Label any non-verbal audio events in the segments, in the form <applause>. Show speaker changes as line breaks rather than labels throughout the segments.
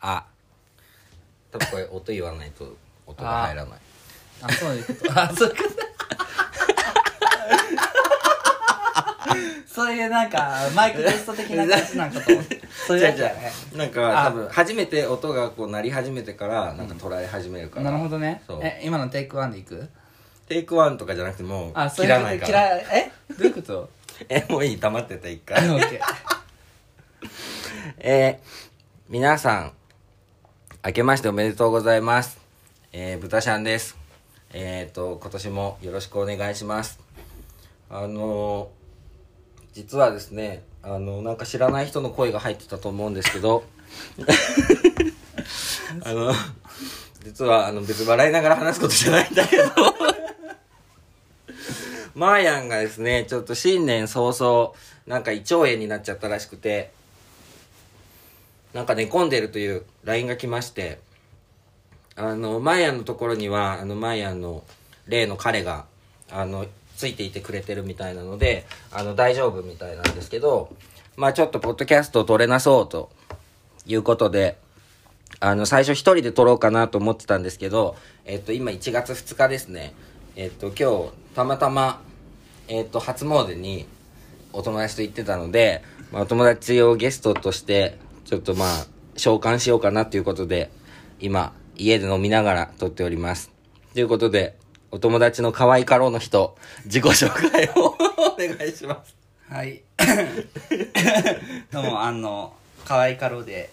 あ多分これ音言わないと音が入らない
<laughs> あそういうこと
あそうか
そういうなんかマイクテスト的な感じなんかと思って <laughs> そういうやつだよね
なんか多
あ
分初めて音がこう鳴り始めてからなんか捉え始めるから、
なるほどね
そう
え今のテイクワンでいく
テイクワンとかじゃなくてもう
あそう
切
い
ら
うこと
ない
切
から
らえどういうこと
<laughs>
<laughs>
えもういい溜まってた一
あ
回
オッケー
えー、皆さん明けましておめでとうございますえー、豚ちゃんですえっ、ー、と今年もよろしくお願いしますあのー、実はですねあのなんか知らない人の声が入ってたと思うんですけどあの実はあの別に笑いながら話すことじゃないんだけど <laughs> マーヤンがですねちょっと新年早々なんか胃腸炎になっちゃったらしくてなんか寝込んでるという LINE が来ましてあのマーヤンのところにはあのマーヤンの例の彼があのついていてくれてるみたいなのであの大丈夫みたいなんですけどまあちょっとポッドキャストを撮れなそうということであの最初一人で撮ろうかなと思ってたんですけど、えっと、今1月2日ですねえっと今日たまたま、えっと、初詣にお友達と行ってたので、まあ、お友達をゲストとしてちょっとまあ召喚しようかなということで今家で飲みながら撮っておりますということでお友達の可愛かろうの人自己紹介をお願いします
はい <laughs> どうもあの可愛いかろうで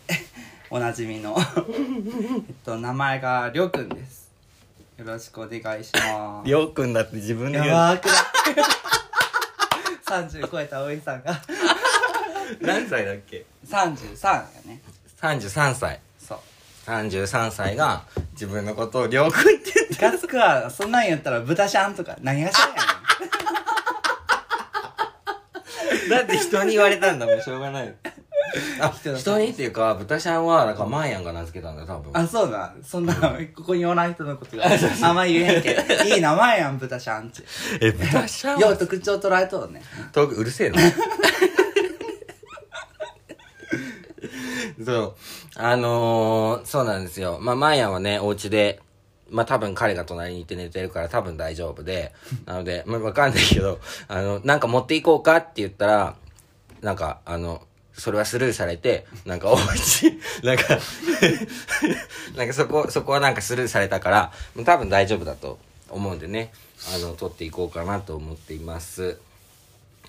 おなじみ <laughs> のえっと名前がりょうくんですよろしくお願いします
<laughs> りょうくんだって自分で
や
言う
ばーくない30超えたおいさんが
何歳だっけ
33やね
33歳
<laughs> そう
33歳が自分のことをりょうくんって言って
ムカつくわそんなん言ったら豚シャンとか何がしゃんや
<laughs> だって人に言われたんだもんしょうがないあ
人
人
だ
にっていうか豚ちゃんはだからマーヤンが名付けたんだよ多分
ねんあそうだそんなここにおらん人のことがあんま言えへんけどいい名前やん豚シャンって
え豚ちゃん
よ
は
う特徴捉えとるね
遠くうるせえな <laughs> そうあのー、そうなんですよまあマーヤンはねお家でまあ多分彼が隣にいて寝てるから多分大丈夫でなのでまあわかんないけどあのなんか持っていこうかって言ったらなんかあのそれはスルーされてなんかお家なんか <laughs> なんかそこそこはなんかスルーされたから多分大丈夫だと思うんでねあの撮っていこうかなと思っています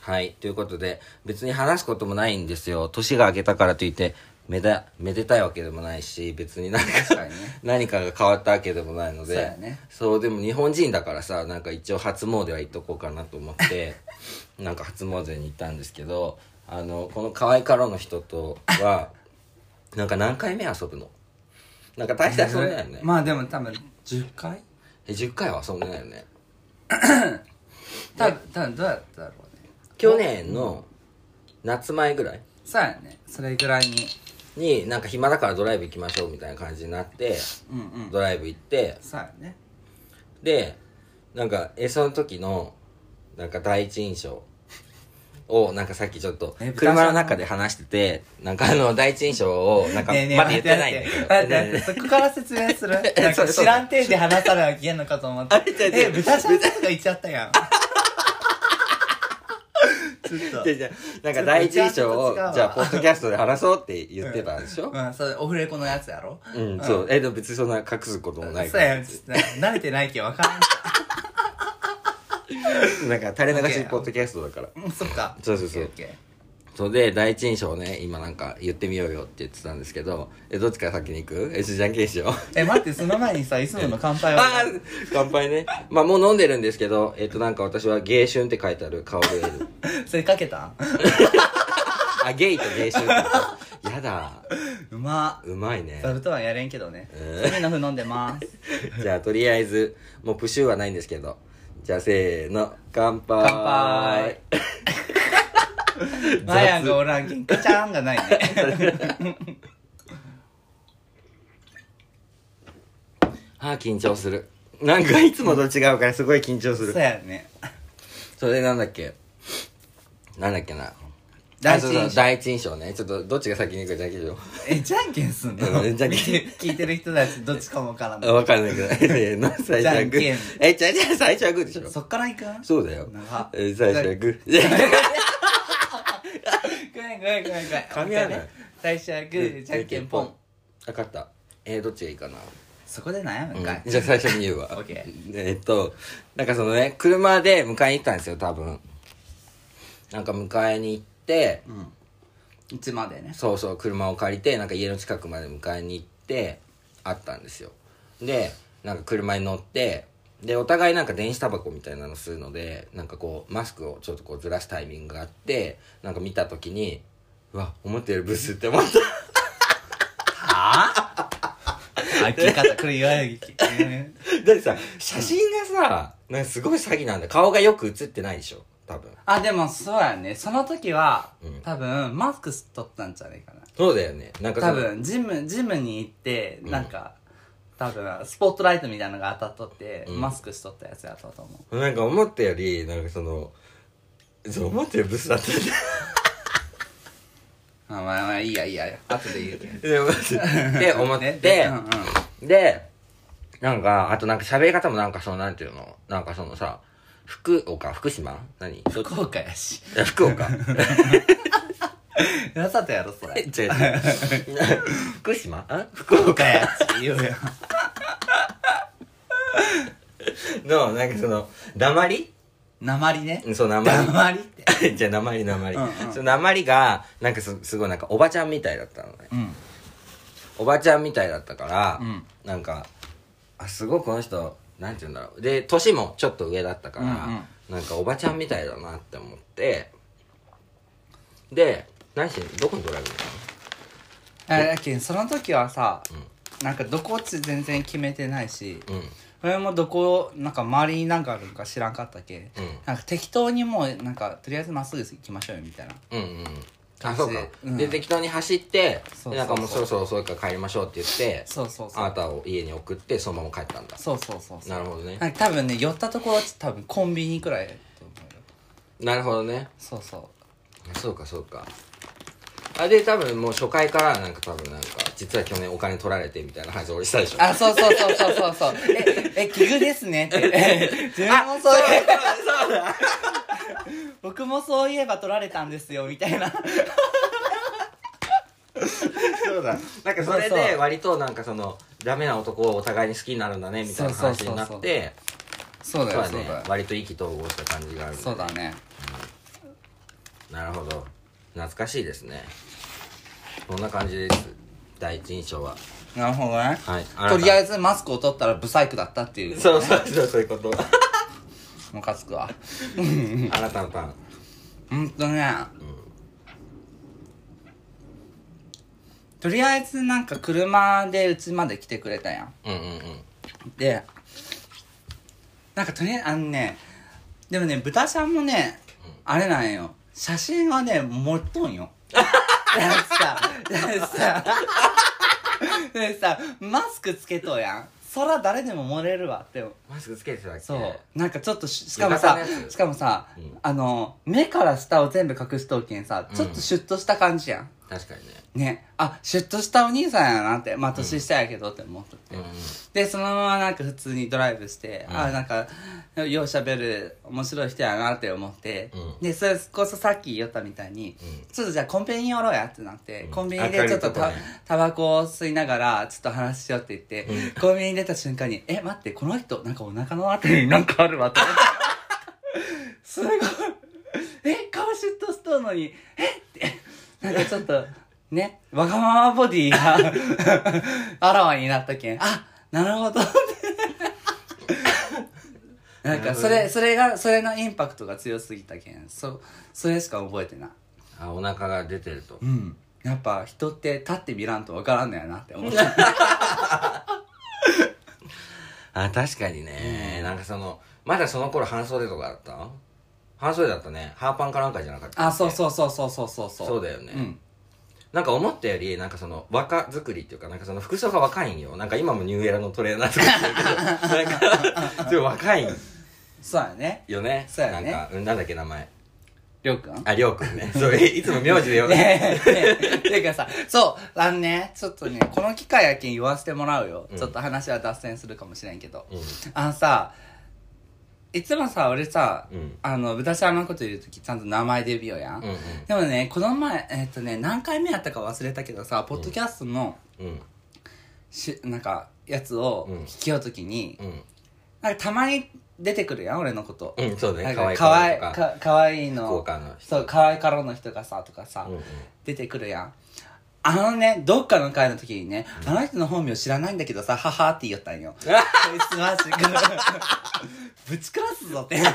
はい。ということで、別に話すこともないんですよ。年が明けたからといって、めだ、めでたいわけでもないし、別に何か、
確かにね
何かが変わったわけでもないので。
そうやね
そうでも日本人だからさ、なんか一応初詣は行っとこうかなと思
<laughs>
って、なんか初詣に行ったんですけど、あの、この可愛いからの人とは、なんか何回目遊ぶのなんか大して遊んでないよね。
まあでも多分10回
え、10回は遊んでないよね。
多分多分どうやったろうね
去年の夏前ぐらい
そうやねそれぐらいに
になんか暇だからドライブ行きましょうみたいな感じになって
うんうん
ドライブ行って
そうやね
でなんかえその時のなんか第一印象をなんかさっきちょっと
え豚
車の中で話しててなんかあの第一印象をなんか
ねえねえ
まだ言ってないんだ
待
け
っ
ど
て待
<laughs>
って待ってそこから説明するなん
え <laughs> そう
か知らん手で話さなきゃいけんのかと思って
違う違う
え豚ちゃんとか言っちゃったやんちょっと
違う違うなんか第一印象を
ちょっと違うわ
じゃあポッドキャストで話そうって言ってたんでしょ
うん、それオフレコのやつやろ
うん、そうえでも別にそんな隠すこともない
そ
か
う
ら
やんちょっと慣れてないけど分からん
なんか垂れ流しポッドキャストだから
うんそっか
<laughs> そうそうそう
オッケーオッケ
そうで第一印象をね今なんか言ってみようよって言ってたんですけどえどっちから先に行くえじゃんけんしよう
ーえ待ってその前にさいつもの乾杯を
あー <laughs> 乾杯ねまあもう飲んでるんですけどえっとなんか私は芸春って書いてある顔で
それかけた
あゲイと芸春ってやだ
うま
うまいね
座布団はやれんけどね次のふ飲んでます
じゃあとりあえずもうプシューはないんですけどじゃあせーの乾杯
乾杯マヤがおらんけんかちゃんがないね
<laughs> あー緊張するなんかいつもと違うからすごい緊張す
そう
る
やね
それでなんだっけなんだっけな
第
第一
一印
印象
象
第一印象ねちょっとどっちが先に行くかじゃんけんしよ
えじゃんけんすんの
うんじゃんけん
<laughs> 聞いてる人たちどっちかもわから
う
な
分かんないけど <laughs> せーの最初はグ
じ
ー
ゃん
えじゃあじゃあ最初はグーでしょ
いそっから行く
そうだよ
長
え最初はグー
ごめんごめんごめんごめん
噛み合わない
もう一回ね最初はグーじゃんけんポン
分かったえーどっちがいいかな
そこで悩むんかい
うんじゃあ最初に言
<laughs>
うわ
オッケ
えーっとなんかそのね車で迎えに行ったんですよ多分なんか迎えに行って
うんいつまでね
そうそう車を借りてなんか家の近くまで迎えに行って会ったんですよでなんか車に乗ってでお互いなんか電子タバコみたいなの吸うのでなんかこうマスクをちょっとこうずらすタイミングがあってなんか見た時にうわ思ってるブスって思った <laughs>
はぁ <laughs> 開き方これ言わないきうん
だってさ写真がさなんかすごい詐欺なんだよ顔がよく写ってないでしょ多分
あでもそうやねその時は
うん
多分マスク取ったんじゃないかな
そうだよねなんかそ
多
の
分ジムジムに行ってなんか多分スポットライトみたいなのが当たっとって
うん
マスクしとったやつやったと思う
なんか思ったよりなんかそのそう思ったよりブスだったんだ
あまあまあいいやいいや後で言うけど
<laughs> で思って思っ
<laughs> ね
て
うんうん
でなんかあとなんか喋り方もなんかそのなんていうのなんかそのさ福岡福島何どっち
福岡やし
いや福 <laughs> 岡
わざとやろそ
え
れ
違う違う福島あ <laughs> 福岡
福岡やし言う <laughs> よ
のなんかその黙り
鉛ね
うんそう黙り
鉛っ
<laughs>
て
じゃあ鉛鉛、
うんうん
その鉛がなんかすすごいなんかおばちゃんみたいだったのね
うん
おばちゃんみたいだったから、
うん
なんかあすごいこの人なんて言うんだろうで年もちょっと上だったから、
うん
なんかおばちゃんみたいだなって思ってで何してんのどこにドライブ行っ
あだけどその時はさ
たの
なんかどこって全然決めてないし
うんうん
俺もどこなんか周りになんかあるのか知らんかったけ、
うん
なんか適当にもうなんかとりあえずまっすぐ行きましょうよみたいな
うんうんあ
感じ
そうか、で
うん
適当に走って
そうそうそう
でなんかもうそろそろ遅いから帰りましょうって言って
そうそうそ
あな
う
たを家に送ってそのまま帰ったんだ
そうそうそうそう
なるほどね
なんか多分ね寄ったところって多分コンビニくらいだと思うよ
なるほどね
そうそ
そうかそうかあで多分もう初回からなんか多分なんか実は去年お金取られてみたいな話俺したでしょ
うあそうそうそうそうそうそう <laughs> ええ奇遇ですねって <laughs> 自分もそう
そうだ
<laughs> 僕もそういえば取られたんですよみたいな
そうだなんかそれ
そうそ
で
う
割となんかそのダメな男をお互いに好きになるんだねみたいな話にな
そうそうそ
っ
うそ
て
そうだ
そう
よ
だ
そう
ね
だよ
割と意気投合した感じがある
そうだね
なるほど懐かしいですねこんな感じです第一印象は
なるほどね
はい
とりあ
え
えずマスクを取ったらブサイクだったっていう
ずそうそうそうそういうこと
ムカつくわ
あなたのターン
うんとね、とりあえずなんか車でうちまで来てくれたやん
うんうんうん
でなんかとりあえずあのねでもね豚ちゃんもね、あれなんよ写真はね持っとんよだってさだってさだってさマスクつけとうやんそら誰でも漏れるわって
マスクつけてたっけ
そうなんかちょっとししかもさ
浴衣のやつ
しかもさ、
うん
あの目から下を全部隠しとうけんさちょっとシュッとした感じやん、
確かにね
ねあシュッとしたお兄さんやなってまあ年下やけどって思っとって、
うんうん
でそのままなんか普通にドライブして、
うん
あなんかようしゃべる面白い人やなって思って、
うん
でそれこそさっき言ったみたいに、
うん
ちょっとじゃあコンビニ寄ろうやってなって、
うん
コンビニでちょっと
明るい
た
とこね
タバコを吸いながらちょっと話しようって言って、
うん
コンビニ出た瞬間に「え待ってこの人なんかお腹のあたりになんかあるわ」って
<laughs>
思ってすごいえ顔シュッとしとうのにえってなんかちょっとねわがままボディ <laughs> があらわになったけんあなるほど <laughs> なんかそ
なるほど
れそれがそれのインパクトが強すぎたけんそそれしか覚えてない
あお腹が出てると
うんやっぱ人って立ってみらんとわからんのやなって思った
あ確かにね、なんかそのまだその頃半袖とかだった半袖だったねハーパンかなんかじゃなかった
<laughs> あそう
う
そうそうそうそうそうそう
そうだよね、
うん
なんか思ったよりなんかその若作りっていうかなんかその服装が若いんよなんか今もニューエラのトレーナーとか着てるけ
<laughs>
どなんかでも若いん
そうやね
よね
そうやね
なんかうんなんだっけ名前
りょうくん
あ、りょうくんね。それ、いつも名字で呼ぶ。
ねえねえていうかさそうあのねちょっとねこの機会やけん言わせてもらうよ、
うん
ちょっと話は脱線するかもしれんけど、
うん
あのさいつもさ俺さ、
うん
あの豚ちゃんのこと言う時ちゃんと名前で言うよやん、
うん
でもねこの前えっとね何回目やったか忘れたけどさポッドキャストの
うん。
しなんかやつを
うん
聞きようときに、
うん。
なんかたまに出てくるやん俺のこと、
うん、そうだ
な
ね。
ん
かわ
か
い
かわい
とか
かかわいいの
福岡の人
そうかわいからの人がさとかさ、
うんうん
出てくるやんあのねどっかの回の時にね、あの人の本名知らないんだけどさははって言いよった
<laughs>
んよこいつマジか <laughs> ぶち殺す
<laughs>
ぞって嘘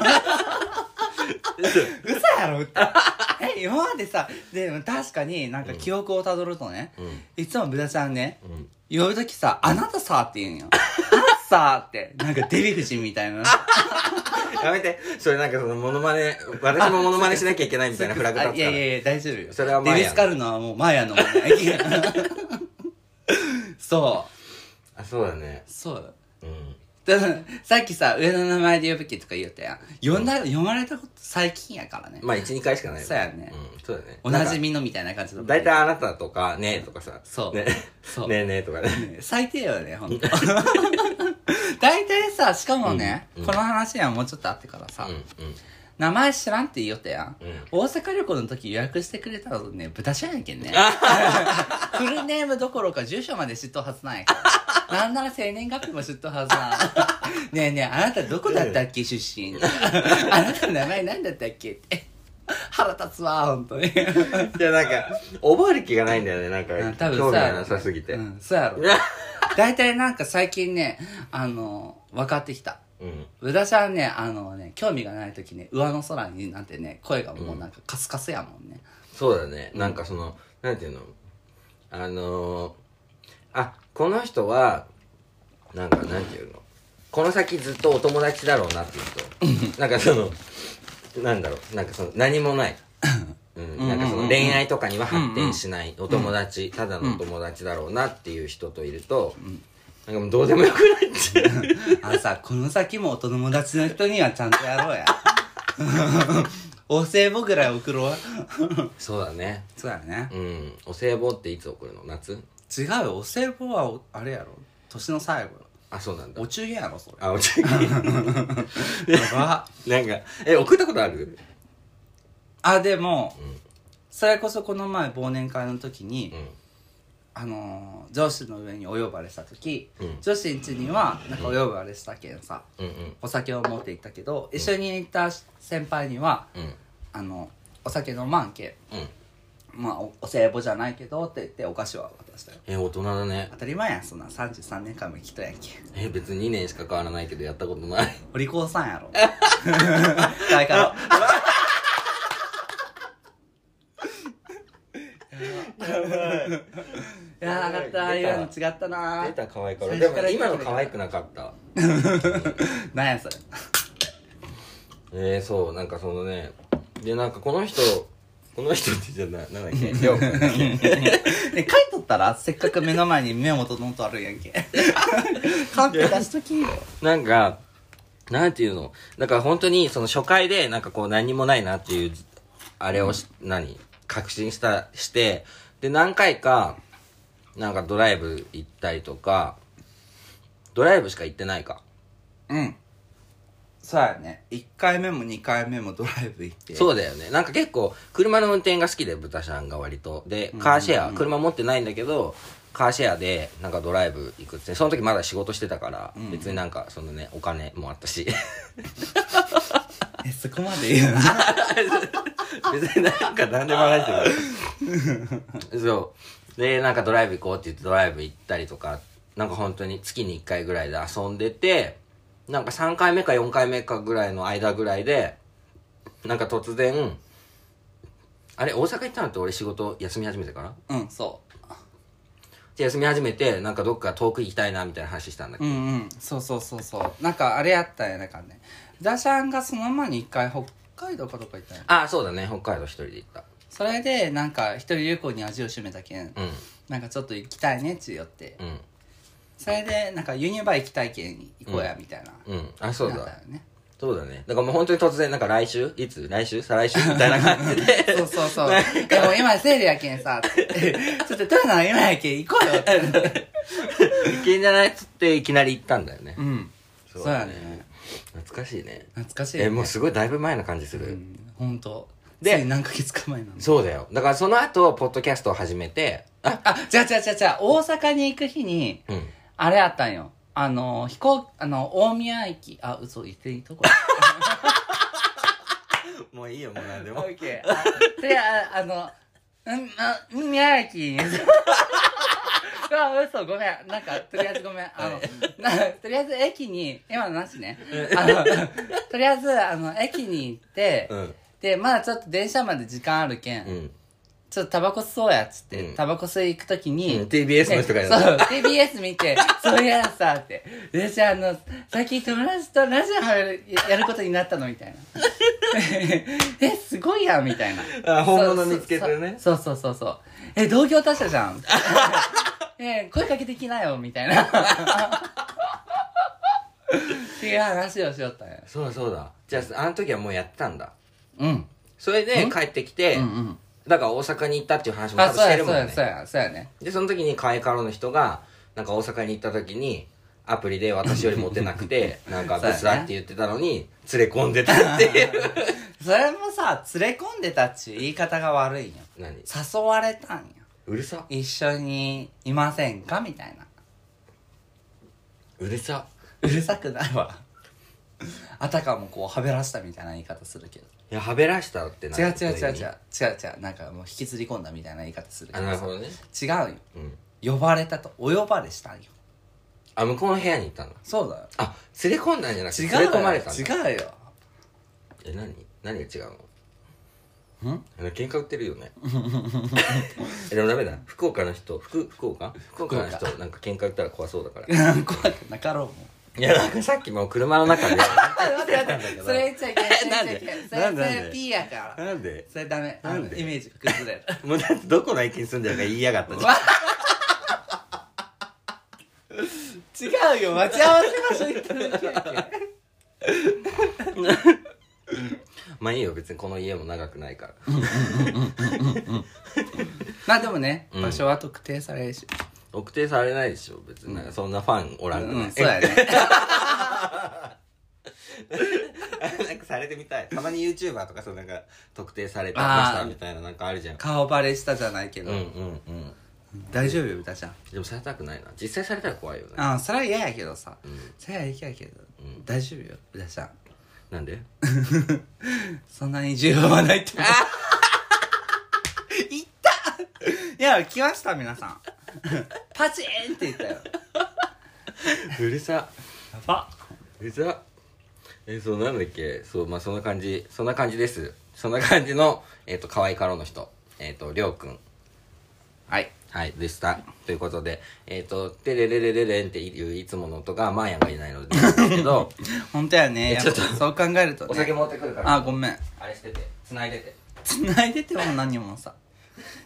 やろって <laughs> え今までさでも確かになんか記憶をたどるとね、
うん
いつもブダちゃんね
うん。
呼ぶ時さ「あなたさ」って言
<laughs>
うんよ「あなたさ」ってなんかデヴィ夫人みたいな
やめて。それなんかそのモノマネ、私もモノマネしなきゃいけないみたいなフラグ立
あ
つ
い
か
や
ら。
いやいや大丈夫よ
それはマヤ
デ
の
ビスカルのはもうマヤのもん
<laughs>
ねそう
あ、そうだね。
そう
うん。
だからさっきさ上の名前で呼ぶけとか言うたやん呼んだ、読まれたこと最近やからね、
まあ、1、2回しかないよ
そうやね
うん、そうだね。
おなじみのみたいな感じの
なんか。大体あなたとか、ねえとかさ。
そう
ね
そう
ねえねえとかね。
ね最低よねほんと <laughs> 大体さしかもね、
うんうん
この話はもうちょっとあってからさ、
うん、うん。
名前知らんって言いよったやん、
うん
大阪旅行の時予約してくれたのね豚しゃんやけ
<laughs>
んねフルネームどころか住所まで知っとうはずない
<laughs>
なんなら生年月日も知っとうはずないねえねえあなたどこだったっけ出身あなたの名前なんだったっけって腹立つわ本当に
いや、なんか、覚える気がないんだよね。なんか、
多分
興味が
さ
なさすぎて。
う
<laughs> うん。
ん、そうやろ大体なんか最近ねあの分かってきた私はねあのね興味がない時ね上の空になんてね声がもうなんかカスカスやもんね、
そうだね。なんかその、なんていうのあのー、あ、この人は、なんか、なんていうのこの先ずっとお友達だろうなっていう <laughs> と、なんかその、なんだろう、なんかその、何も <laughs> ない。うん、なんかその恋愛とかには発展しないお友達、ただのお友達だろうなっていう人といると、なんかもうどうでもよくなっちゃう。
<laughs> あのさこの先もお友達の人にはちゃんとやろうや <laughs> お歳暮ぐらい送ろう
<laughs> そうだね。
そうやね
うん。お歳暮っていつ送るの夏
違うよお歳暮はおあれやろ年の最後よ
あ、そうなんだ
お。中元やろそ
あ、お茶切
れやば
<laughs> なんか、え、送ったことある
あでも、それこそこの前忘年会の時に、
うん。
あのー上司の上にお呼ばれした時、
うん
上司ん家にはなんかお呼ばれしたけんさ、
うんうん。
お酒を持って行ったけど一緒に行った先輩には
うん。
あのお酒飲まんけ
うん。
まあおお歳暮じゃないけどって言ってお菓子は渡したよ
え、大人だね
当。たり前やんそんな33年間も生きとやんけ
え、別に2年しか変わらないけど、やったことない。
お利口さんやろだ <laughs> からいやーなかった
出た
今の違ったな
出た可愛いから。
最
で
初
も
から
今の可愛くなかった。
なんやそれ
えー、そう、なんかそのね、で、なんかこの人、この人ってじゃな、なんだっけ、りょうくんだっけ。
ね、書いとったらせっかく目の前に目元どんとあるやん <laughs> けカンペ出しときよ
なんか、なんていうの、なんか本当にその初回で、なんかこう何もないなっていう、あれをし、何、確信した、して、で、何回か、なんかドライブ行ったりとか、ドライブしか行ってないか。
うんそうやね1回目も2回目もドライブ行ってう
そうだよね。なんか結構、車の運転が好きで、ブタシャンが割と。で、カーシェア、車持ってないんだけど、カーシェアで、なんかドライブ行くって、その時まだ仕事してたから、別になんか、そのね、お金もあったし、
えそこまで言うな
別になんか何でも話してる。そう。で、なんかドライブ行こうって言ってドライブ行ったりとか、なんか本当に月に1回ぐらいで遊んでて、なんか3回目か4回目かぐらいの間ぐらいで、なんか突然、あれ大阪行ったのって俺仕事休み始めてから
うんそ
で休み始めてなんかどっか遠く行きたいなみたいな話したんだけ
うう
ど、
んうんそうそうそうそうなんかあれやったんやなんかねダシャンがその前に1回北海道かどっか行ったんや
ああそうだね北海道一人で行った
それでなんか一人旅行に味を占めたけん、
う
なんかちょっと行きたいねっちゅうよって
ん
それでなんか輸入バー行きたいけん行こうやみたいな、
うんうんあそう
なった
だ
よね
そうだね。だからもう本当に突然、なんか来週いつ来週再来週みたいな感じ <laughs> で。
そうそうそう
なん。
でも今セールやけんさ、つってちょっとトヨタの今やけん行こうよって。
いけんじゃないっつって、いきなり行ったんだよね。
うん。そうやね。
懐かしいね。
懐かしい、ね。
え、もうすごいだいぶ前の感じす
う
る。
ん、ほんと。
で
で、何ヶ月か前なの。
そうだよ。だからその後、ポッドキャストを始めて、あ、
あ、違う違う違う違う。大阪に行く日に、
うん。
あれあったんよ。あの、飛行、あの、大宮駅、あ、嘘、言っていいとこ。
もういいよ、もう何で
<laughs> オ。ッケーあ。で、ああの、うん、あ、宮崎。 <laughs> うわ、嘘、ごめん。なんか、とりあえずごめん。あの、なとりあえず駅に、今のなしね。あの、とりあえず、あの、駅に行って、
うん。
で、まだちょっと電車まで時間あるけん、
うん。
ちょっとタバコ吸おうやっつって、
うん
タバコ吸い行くときに、
うん TBS の人がや
ね
る
そう、TBS 見て、 <laughs> そういやさ、って。で、じゃあ、あの、最近友達とラジオやるやることになったのみたいな。 <laughs> え、すごいやんみたいな。
あ本物見つけてね
そうそうそうそうそう。え、同業他社じゃん。 <laughs> え、声かけてきなよ、みたいな。 <laughs> っていう話をしよったんや。
そうだそうだ。じゃあ、あの時はもうやってたんだ。
うん。
それで帰ってきて、
うんうん。
だから大阪に行ったっていう話も多
あ、
分
そう
して
や、
る
そ
も
うんや、そう
ね。
や、そうやね。
で、その時にカエカロの人が、なんか大阪に行った時に、アプリで私よりモテなく
<laughs>
て、なんかブスだって言ってたのに、連れ込んでたって
<laughs>
いう。
それもさ連れ込んでたっちゅう言い方が悪いんよ
何
誘われたんよ
うるさ
一緒にいませんかみたいな
うるさ
うるさくないわあたかもこうはべらしたみたいな言い方するけど
いや、はべらしたってな
違う違う違う違う違う
どい意味
違うなんかもう引きずり込んだみたいな言い方するけ
あ、
ど
なる
さ
ほどね。
違う
うん。
よ呼ばれたとお呼ばれしたんよ
あ、向こうの部屋に行ったの。
そうだよ
あ、連れ込んだんじゃなくて、
違
連
う
れ
よ
込まれたんだ。
違うよ
え、何何が違う
ん
のあの喧嘩売ってるよねえでもダメだ福岡の人福福岡福岡の人なんか喧嘩売ったら怖そうだから
<laughs> 怖くなかろうもん
いやなんかさっきもう車の中で
待って待ってそれ言っちゃいけないそれ言っちゃいけないそれ
なんで
それ P やから
<laughs> なんで
それダメあ
なん
の
で
イメージが崩れる
もうだってどこの駅に住んでるか言いやがったじゃん
違うよ待ち合わせ場所行っただけやけん
まあいいよ別にこの家も長くないから
まあでもね
うん
場所は特定されるし、
特定されないでしょ別になんかそんなファンおらんく
う
なんい
そうやね
<laughs> なんかされてみたいたまに YouTuber とかそうなんか特定されてましたみたいななんかあるじゃん
顔バレしたじゃないけ
うん
ど、
うんうん
大丈夫よ歌ちゃん
でもされたくないな実際されたら怖いよね
あそれは嫌やけどさ、
うん
それは嫌やけど、
うん
大丈夫よ歌ちゃん
なんで <laughs>
そんなに重要はないと思ういったいや来ました皆さんパチンって言ったよ
うるさ
やば
うざえそうなんだっけそうまあそんな感じそんな感じですそんな感じのえっ、と可愛いかろうの人えっ、とりょうくん
はい
はいでしたということでえっ、と「テレレレレレン」っていういつもの音がマーヤンがいないのでなんですけ
<laughs>
ど
本当やね
いやちょっと
やぱそう考えると
お酒
ね
持ってくるから
あごめん
あれしてて繋いでて
繋いでても何もさ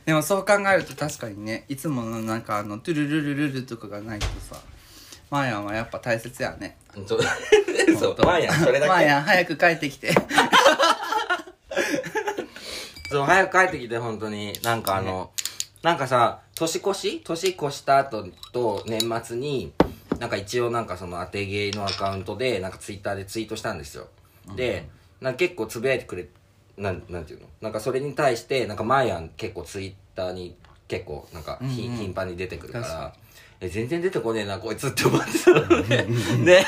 でもそう考えると確かにねいつものなんかあのトゥルルルルルとかがないとさマーヤンはやっぱ大切やね
うんそう <laughs> そうマーヤンそれだ
マー
け
ヤン早く帰っ
<laughs>
てきて
そう早く帰ってきて本当になんかあの、なんかさ年越し年越した後と年末になんか一応なんかその当て芸のアカウントでなんかツイッターでツイートしたんですよ、でなんか結構つぶやいてくれなんなんていうのなんかそれに対してなんかマーヤン結構ツイッターに結構なんかひ、頻繁に出てくるから
確か
え全然出てこねえなこいつって思ってたので、で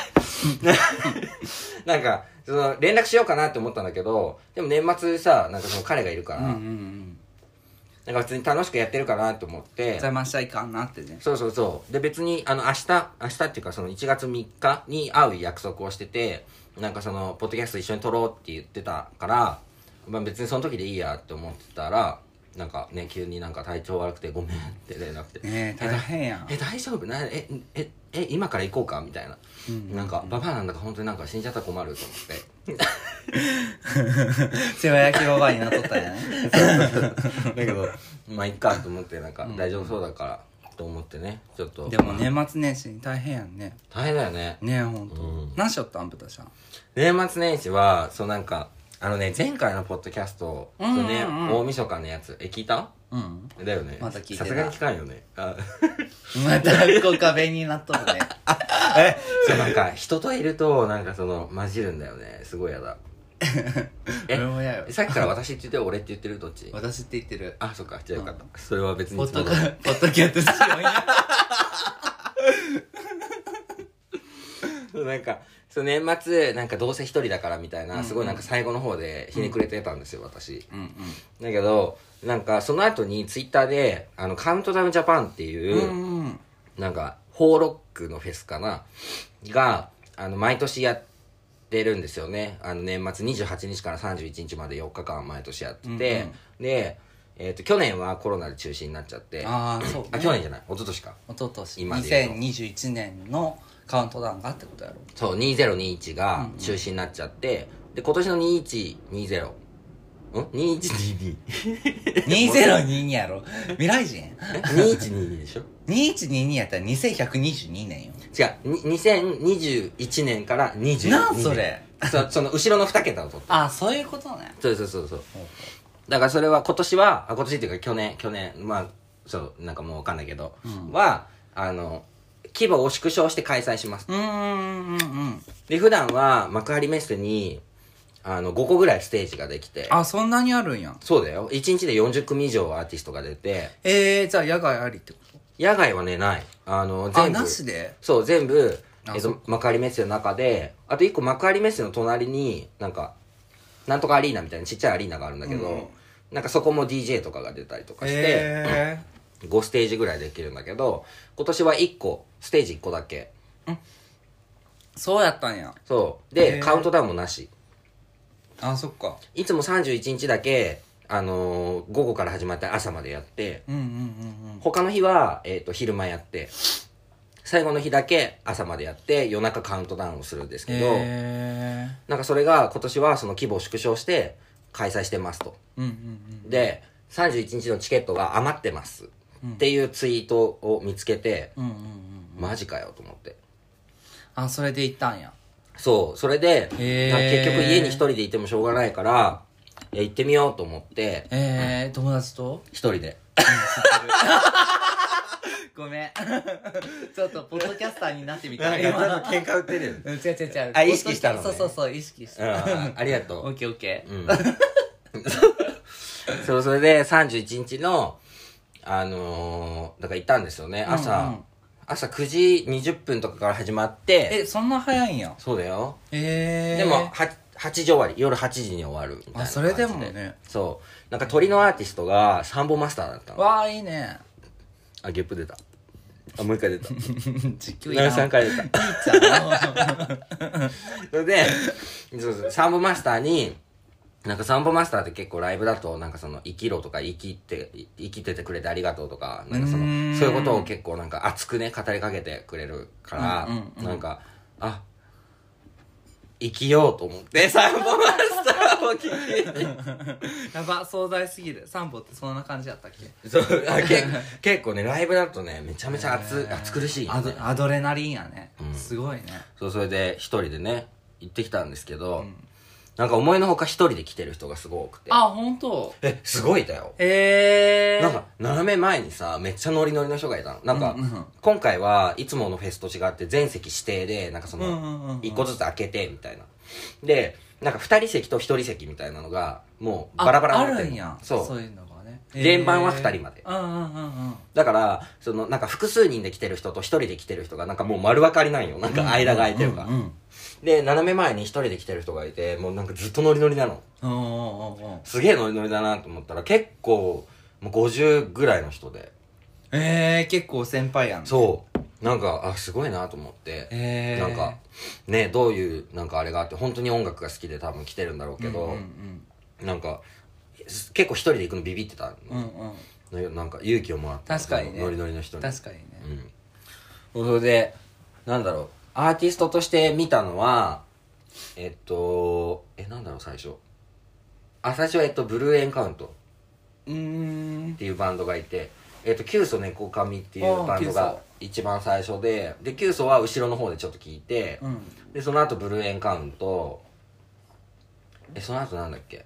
<laughs> なんかその連絡しようかなって思ったんだけどでも年末さなんかその彼がいるから、
うんうんうん
なんか普通に楽しくやってるかなと思って
邪魔しちゃいかんなってね
そうそうそうで別にあの明日明日っていうかその1月3日に会う約束をしててなんかそのポッドキャスト一緒に撮ろうって言ってたから、まあ、別にその時でいいやって思ってたらなんかね急になんか体調悪くてごめんって連絡で
ねえ大変やん
え大丈夫なえええ今から行こうかみたいな、なんかババアなんだか本当になんか死んじゃったら困ると思って
世話焼きババアになっとったんやね
だけどまあいっかと思ってなんか大丈夫そうだからと思ってねちょっと
<laughs> でも年末年始に大変やんね
大変だよね
ねえほんと、
うん
何しよったん豚ちゃん
年末年始はそうなんかあのね前回のポッドキャスト、
うんうんう
そ
ん
うね大晦日のやつえ聞いた
うん
だよね
まだ聞いてない
さすがに聞かんよね
<laughs>
あ
またこう壁になっとるね
そうなんか人といるとなんかその混じるんだよねすごいやだ <laughs> え
俺もやよ
さっきから私って言って俺って言ってるどっち
私って言ってる
あそっかじゃあよかった、それは別に
ポ
い
ッ
つも
ド
の
キャポッドキャストしようや
そう <laughs> なんかそう年末なんかどうせ一人だからみたいな、すごいなんか最後の方でひねくれてたんですよ、私
うんうん
だけどなんかその後にツイッターであのカウントダウンジャパンっていうう、
んうん
なんかホーロックのフェスかながあの毎年やってるんですよねあの年末28日から31日まで4日間毎年やってて、
うんうん
で、えー、と去年はコロナで中止になっちゃって
ああそう、ね、
あ去年じゃない一昨年か
一昨年
今で言うと
2021年のカウントダウンがってこと <laughs> やろ
そう2021が中止になっちゃって、で今年の2120ん2122
2022やろ未来人
え2122でしょ
2122やったら2122年よ
違うに2021年から22年
なあそれ
そその後ろの2桁を取って
あそういうことね
そうそうそうそうだからそれは今年はあ今年っていうか去年去年まあそうなんかもう分かんないけど、はあの規模を縮小して開催します
うーんうんうん
で普段は幕張メッセにあの5個ぐらいステージができて
あそんなにあるんや
そうだよ1日で40組以上アーティストが出て
えー、じゃあ野外ありってこと
野外はねないあの
あ
全部
なしで
そう全部
あ
えっ
そ
と幕張メッセの中であと1個幕張メッセの隣になんかなんとかアリーナみたいなちっちゃいアリーナがあるんだけど、なんかそこも DJ とかが出たりとかして、
え
5ステージぐらいできるんだけど今年は1個ステージ1個だけ
ー、そうやったんや
そう
へ
で
ー
カウントダウンもなし
あそっか
いつも31日だけあのー午後から始まって朝までやって
うんうんうんうん
他の日は、えー、と昼間やって最後の日だけ朝までやって夜中カウントダウンをするんですけど、
え
なんかそれが今年はその規模を縮小して開催してますと
ー、うんうん
で31日のチケットが余ってますっていうツイートを見つけて、
うんうんうんうん
マジかよと思って
あそれで行ったんや
そうそれで、
へー
なんか結局家に一人でいてもしょうがないからいや行ってみようと思って
えー友達と
一人で
ごめん <laughs> ちょっとポッドキャスターになってみ
喧嘩売ってるよ、
うん違う違う違う
あ意識したのね
そうそうそう意識し
う
た、
ん、あありがと
<laughs> オッケーオッケー、
うそうそれで31日のあのーだから行ったんですよね朝、
うんうん
朝9時20分とかから始まって
えそんな早いんや
そうだよ
ええ
で
ー、
も 8, 8時終わり夜8時に終わるみたいな感じ
あそれでもね
そうなんか鳥のアーティストがサンボマスターだったの
わあいいね
あゲップ出たあもう一回出た
<laughs> 実況いらん
3回出た
じゃん
それで、そうそう、サンボマスターに、なんかサンボマスターって結構ライブだと、なんかその、生きろとか、生きて、い生きててくれてありがとうとか、なんかその
うーん、
そういうことを結構なんか熱くね、語りかけてくれるから、なんか、あ、生きようと思って、 <laughs> サンボマスターを聞いて。
<laughs> やば壮大すぎるサンボってそんな感じやったっけ
そうあけ結構ね、ライブだとね、めちゃめちゃ熱、熱苦しい、ね。
アドアドレナリンやね、すごいね
そう、それで一人でね、行ってきたんですけど、なんか思いのほか一人で来てる人がすごくて。
あ本当
えすごいだよ
ええー、
なんか斜め前にさめっちゃノリノリの人がいたのなんか、今回はいつものフェスと違って全席指定でなんかそ
うんうんうんう
の
ん
一個ずつ開けてみたいなでなんか二人席と一人席みたいなのがもうバラバラ
あ
になって
あるんや
そう
いうのがね
連番は二人まで
うんうんうんうん
だからそのなんか複数人で来てる人と一人で来てる人がなんかもう丸分かりないよなんか間が空いてるから、
うん
で斜め前に一人で来てる人がいてもうなんかずっとノリノリなの
うんうんうんうん
すげえノリノリだなと思ったら結構もう50ぐらいの人で
ええー、結構先輩やん
そうなんかあすごいなと思って、
へー
なんかねどういうなんかあれがあって本当に音楽が好きで多分来てるんだろうけど、
うんうん
なんかす結構一人で行くのビビってた
うんうん
のよ、なんか勇気をもらった
確かにね
そのノリノリの人に
確かにね
うん、それでなんだろうアーティストとして見たのはえっとえなんだろう最初あ最初はえっとブルーエンカウント
うーん
っていうバンドがいてえっと、キュウソ猫神ってい
あ
う
ー
バンド
キュウ
が
ソ
一番最初で、で、キュウソは後ろの方でちょっと聞いて、
うん
で、その後ブルーエンカウント、え、その後なんだっけ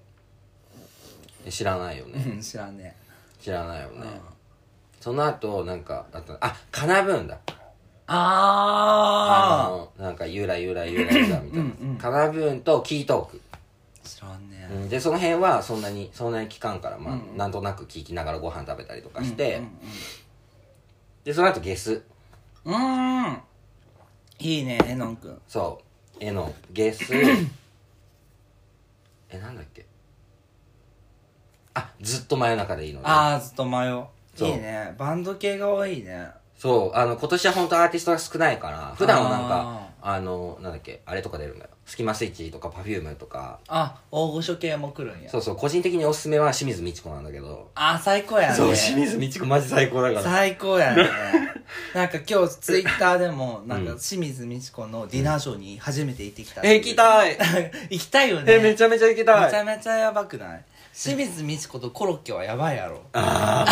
え知らないよね。
うん知らんね
知らないよね。
うん
その後、なんか、あった、あ、カナブーンだ。あ
ああ
の、なんか、ゆらゆらゆらゆらみたいな。
うんうん
カナブーンとキートーク。
知らんね
うんでその辺はそんなにそんなに期間から、まあ
うんうん
なんとなく聞きながらご飯食べたりとかして、
うん
でその後ゲス
うんうんうーんいいねえのんくん
そうえのゲス <clears throat> えなんだっけあずっと真夜中でいいのね
ああずっと迷う
そう
いいねバンド系が多いね
そうあの今年は本当アーティストが少ないから普段はなんか
あ
あのなんだっけあれとか出るんだよスキマスイッチとか Perfume とか
あ大御所系も来るんや
そうそう個人的におすすめは清水ミチ子なんだけど
あー最高やね
そう清水ミチ子マジ最高だから
最高
<laughs>
やねなんか今日ツイッターでもなんか清水美智子のディナーショーに初めて行ってきた
え行きたい
<laughs> 行きたいよね
えめちゃめちゃ行きたい
めちゃめちゃやばくない清水美智子とコロッケはやばい
<laughs>
やろ
あ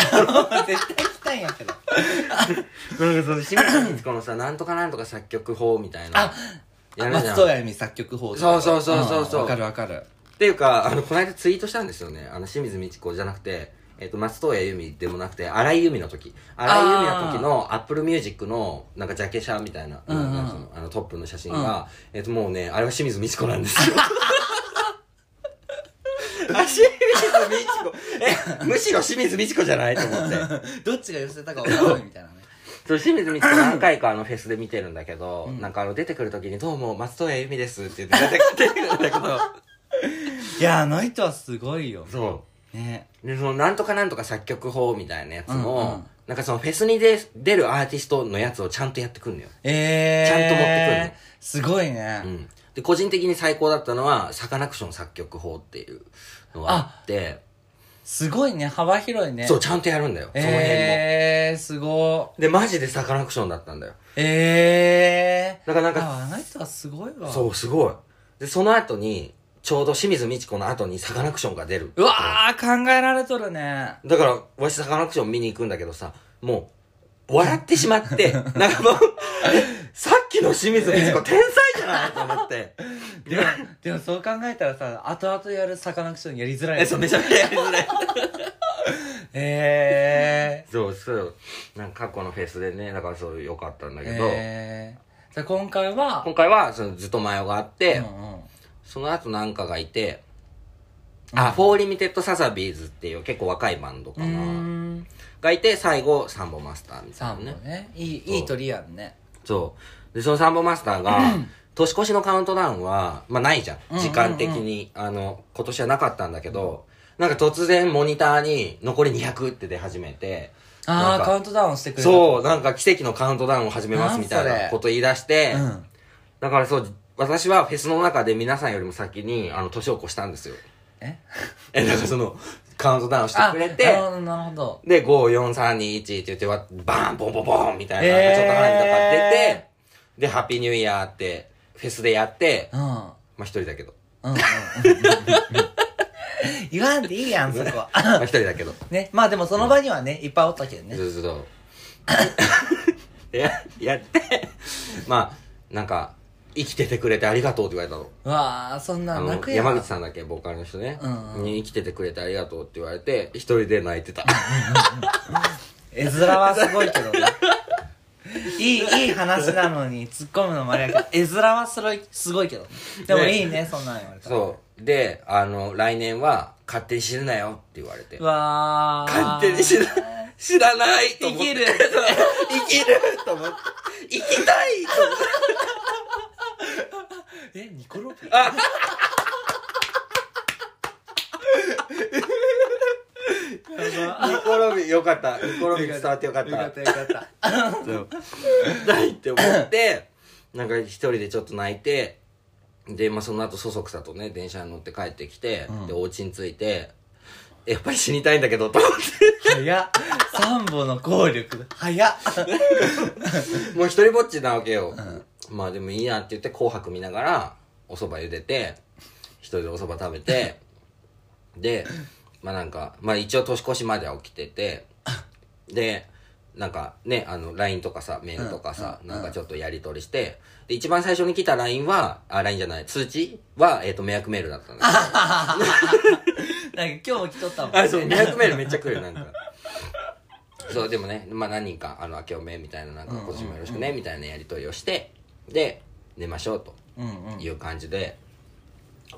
絶対行きたいんやけど
あなんかその清水ミチ子のさなんとかなんとか作曲法みたいな
あ
やるじゃ
松
ん
任谷由実作曲法とか
そうそうそうそうそうん
わかるわかる <laughs>
っていうかあのこの間ツイートしたんですよねあの清水ミチ子じゃなくて、えっと松任谷由実でもなくて荒井由実の時荒井由実の時のアップルミュージックのなんかジャケ写みたいな、
うんうん
なんかそのあのトップの写真が、えっともうねあれは清水ミチ子なん
<laughs>
ですよあ清水ミチ子えむしろ清水ミチ子じゃないと
<laughs>
思って
どっちが寄せたか分からないみ
<laughs>
たいなね
そう清水美智子何回かあのフェスで見てるんだけど、なんかあの出てくる時に「どうも松任谷由実です」って言って出てくるんだけ
<laughs>
ど
いやあの人はすごいよ
そ
ね
うでその「なんとかなんとか作曲法」みたいなやつ
うんう
も、
ん
なんかそのフェスに出出るアーティストのやつをちゃんとやってくんのよ、
えー、
ちゃんと持ってくるね
すごいうね、
ん、で個人的に最高だったのは「サカナクション作曲法」っていうのがあって
すごいね幅広いね
そうちゃんとやるんだよ、その辺も
えー、すご
でマジでサカナクションだったんだよ
いえー、
だからなんか
ああの人はすごいわ
そうすごいでその後にちょうど清水美智子の後にサカナクションが出る
うわー考えられとるね
だから、わしサカナクション見に行くんだけどさ、もう、笑ってしまって、
<laughs>
なんかもう、 <laughs> えさっきの清水美智子天才じゃないと思
<laughs>
って。
でもでもそう考えたらさ後々やるサカナクションやりづらい
え、そう、めちゃめちゃやりづらい。
え
そうそう。なんか過去のフェスでね、だからそう、良かったんだ
ー、
けど、
えー、じゃあ今回は
今回は、その、ずっと迷いがあって、
うんうん
その後なんかがいて、あ、フォーリミテッドサザビーズっていう結構若いバンドか
う
な。
ーん
がいて、最後、サンボマスターみたい
サ
な
ン
ね。
ボねいいいい鳥やんね
そう。で、そのサンボマスターが、年越しのカウントダウンは、まあないじゃん。時間的に、あの、今年はなかったんだけど、なんか突然モニターに残り200って出始めて、
あ
な
あ
んか
カウントダウンしてくれた
そう、なんか奇跡のカウントダウンを始めますみたい
なんそ
な
れ
こと言い出して、
うん
だからそう、私はフェスの中で皆さんよりも先に、あの、年を越したんですよ。
え
え、なんかその、カウントダウンして
あ
くれて、
なるほどなるほど
で、5、4、3、2、1って言って、わバーン、ボンボンボンみたいな、
えー
ちょっと範囲とか出て、で、ハッピーニューイヤーって、フェスでやって、
うんうん
まあ一人だけど。 <laughs>
うんうん言わんでいいやんそこは
まあ一人だけど。
ねまあでもその場にはねいっぱいおったけど <laughs> ね
ずっと。でや、やって、まあ、なんか、生きててくれてありがとうって言われたの。
うわあそんな
あ
ん泣く
の、
やん
山口さんだっけ、ボーカルの人ね。
うんうん
に生きててくれてありがとうって言われて、一人で泣いてた。
絵面はすごいけどねいいいい話なのに突っ込むのもあれやけど絵面はすごいすごいけどねでもいいねそんなん言われたら
そう。で、あの、来年は、勝手に死ぬなよって言われて
う。わー
勝手に死ぬ知らないと
生
思って
きる
生きると思って生きたいと思って
えニコロピ
ニコロビよかったニコロビ伝わってよかった
よかったよかった
そうないって思ってなんか一人でちょっと泣いてで、まあ、その後そそくさとね電車に乗って帰ってきて、でお家に着いてやっぱり死にたいんだけどと思っ
早っサンボの効力早って
<laughs> もう一人ぼっちなわけよ、まあでもいいなって言って「紅白」見ながらお蕎麦茹でて一人でお蕎麦食べてでまあなんかまあ一応年越しまでは起きててでなんかねあの LINE とかさメールとかさ、
うん
なんかちょっとやり取りしてで一番最初に来た LINE はあ LINE じゃない通知は、えっと迷惑メールだったんだけど
なんか今日も来とったもん、
あ、そう、200メールめっちゃ来るよなんか。そう、でもね、まあ何人か、あの、明けおめみたいな、なんか、
うんうんうん
今年もよろしくね、みたいなやり取りをして、で、寝ましょうと
うんうん
いう感じで、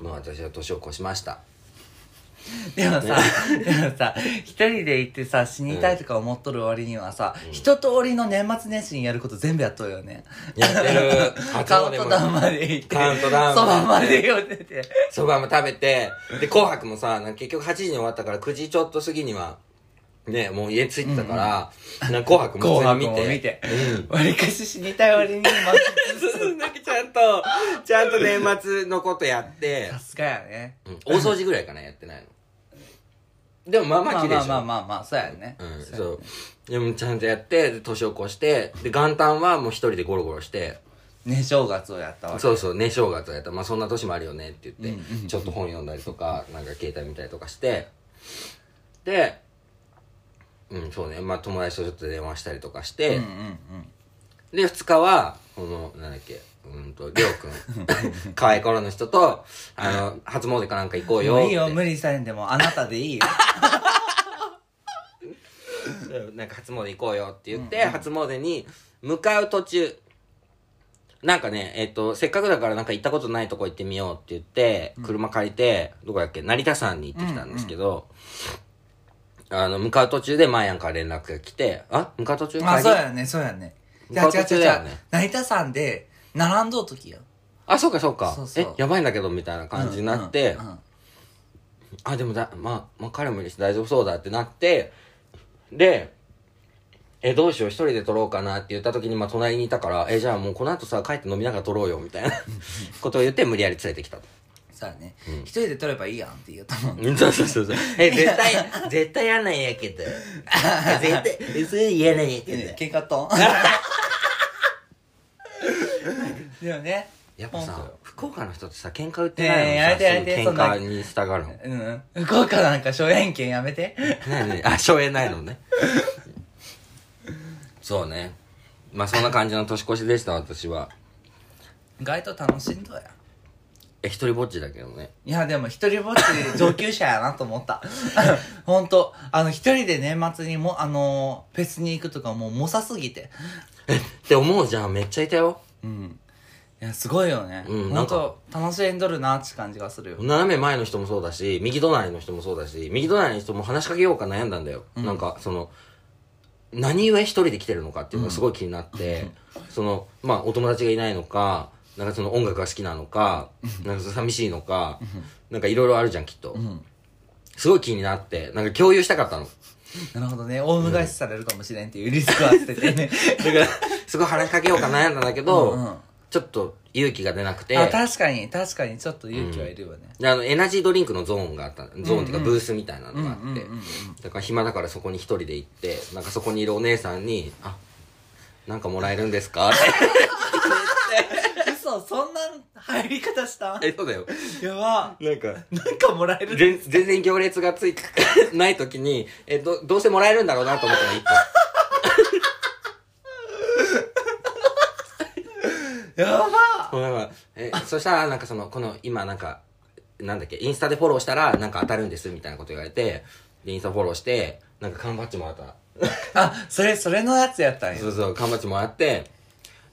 もう私は年を越しました。
<laughs> でもさ、でもさ、一人で行ってさ、死にたいとか思っとる割にはさ、一通りの年末年始にやること全部やっとるよね。
やって
<laughs>
る初
カウ
詣
ン
も
トダウンまで行って、
カウントダウン
そばまで寄ってて。
そばも食べて、で、紅白もさ、なんか結局8時に終わったから、9時ちょっと過ぎには、ね、もう家着いてたから、なんか紅白も
紅
普通に
白
見
も
て。
見て。わりかし死にたい割にも、
うん。 <laughs> なんかちゃんと、ちゃんと年末のことやって
さ、すがやね。
うん大掃除ぐらいかな、やってないの。でも、まあまあ綺麗でしょ。
まあまあまあまあ、そうやね。
うん、そう。でもちゃんとやって、で年を越して、で、元旦はもう一人でゴロゴロして、
ね、正月をやったわけ。
そうそう、ね、正月やったら、まあそんな年もあるよねって言って、ちょっと本読んだりとか、なんか携帯見たりとかして、で、うん、そうね、まあ友達とちょっと電話したりとかして、
うんうんうん。
で、二日は、この、なんだっけ、うんと、りょう
<laughs>
くん、可愛い頃の人と、あの、初詣かなんか行こうよ
も
っ
う
て。
いいよ、無理せんでも、あなたでいいよ。
なんか初詣行こうよって言って、初詣に向かう途中、なんかね、えっ、と、せっかくだからなんか行ったことないとこ行ってみようって言って、車借りて、どこだっけ、成田山に行ってきたんですけど、あの、向かう途中でマーヤンから連絡が来て、あ向かう途中
あ、
帰り
そうやね、そうやね。じゃあ、
向
違
か
う
う途
違
中
う違
だよ
う
ね。
成田山で、並んどうときよ。
あ、そうかそうか
そうそう
え、やばいんだけど、みたいな感じになって、
うんうんうん
あ、でもだ、まあ、まあ、彼もいるし大丈夫そうだってなって、で、え、どうしよう、一人で撮ろうかなって言った時に、まあ、隣にいたから、え、じゃあもうこの後さ、帰って飲みながら撮ろうよ、み <laughs> たいなことを言って、無理やり連れてきたと。
そうやね。一人で撮ればいいやんって言うと思
<laughs>
う。
そうそうそうそう。え、絶対、絶対やなんやけ <laughs> ど。絶対、そうやなんやけど。
喧
<laughs>
嘩とん。でもね。
やっぱさ
本、
福岡の人ってさ、喧嘩売って
ね
ないの
え
に
やめ
さ、
てやめて
すぐ喧嘩に従うの。ね
当うん。福岡なんか荘園権やめて。
えねえあ、しょうえないの <laughs> ね。そうね。まあ、そんな感じの年越しでした、私は。
意外と楽しんどや。
え、一人ぼっちだけどね。 <laughs>
いや、でも一人ぼっちで上級者やなと思った。 <laughs> ほんと、あの、一人で年末にも、あのー、フェスに行くとかもう、もさすぎて。
え、って思うじゃん。めっちゃいたよ。
うん。いや、すごいよね。
うん
ほと、楽しんどるなって感じがするよ。
斜め前の人もそうだし、右隣の人もそうだし、右隣の人も話しかけようか悩んだんだよ。なんか、その、何故一人で来てるのかっていうのがすごい気になって、その、まあ、お友達がいないのか、なんかその音楽が好きなのか、なんかその寂しいのか、なんかいろいろあるじゃん、きっと。すごい気になって、なんか共有したかったの。
なるほどね。オウム返しされるかもしれんっていうリスクは捨ててね。
だから、すごい話しかけようか悩んだんだけど、
うんうん
ちょっと勇気が出なくて。
あ、確かに、確かに、ちょっと勇気はいるよね。
であのエナジードリンクのゾーンがあったゾーンっていうかブースみたいなのがあって、
うんうんうんうん
だから暇だからそこに一人で行ってなんかそこにいるお姉さんに「あなんかもらえるんですか?」って
嘘、そんな入り方し
<laughs>
た
えそうだよ
やば。
なんか
なんかもらえる。
全全然行列がついて <laughs> ない時にえどどうせもらえるんだろうなと思ったの一個
やば。
もう <laughs> なんかえそしたらなんかそのこの今なんかなんだっけインスタでフォローしたらなんか当たるんですみたいなこと言われてでインスタフォローしてなんか缶バッジもらった
あ、それ、それのやつやったんや
そ。うそう、缶バッジもらって、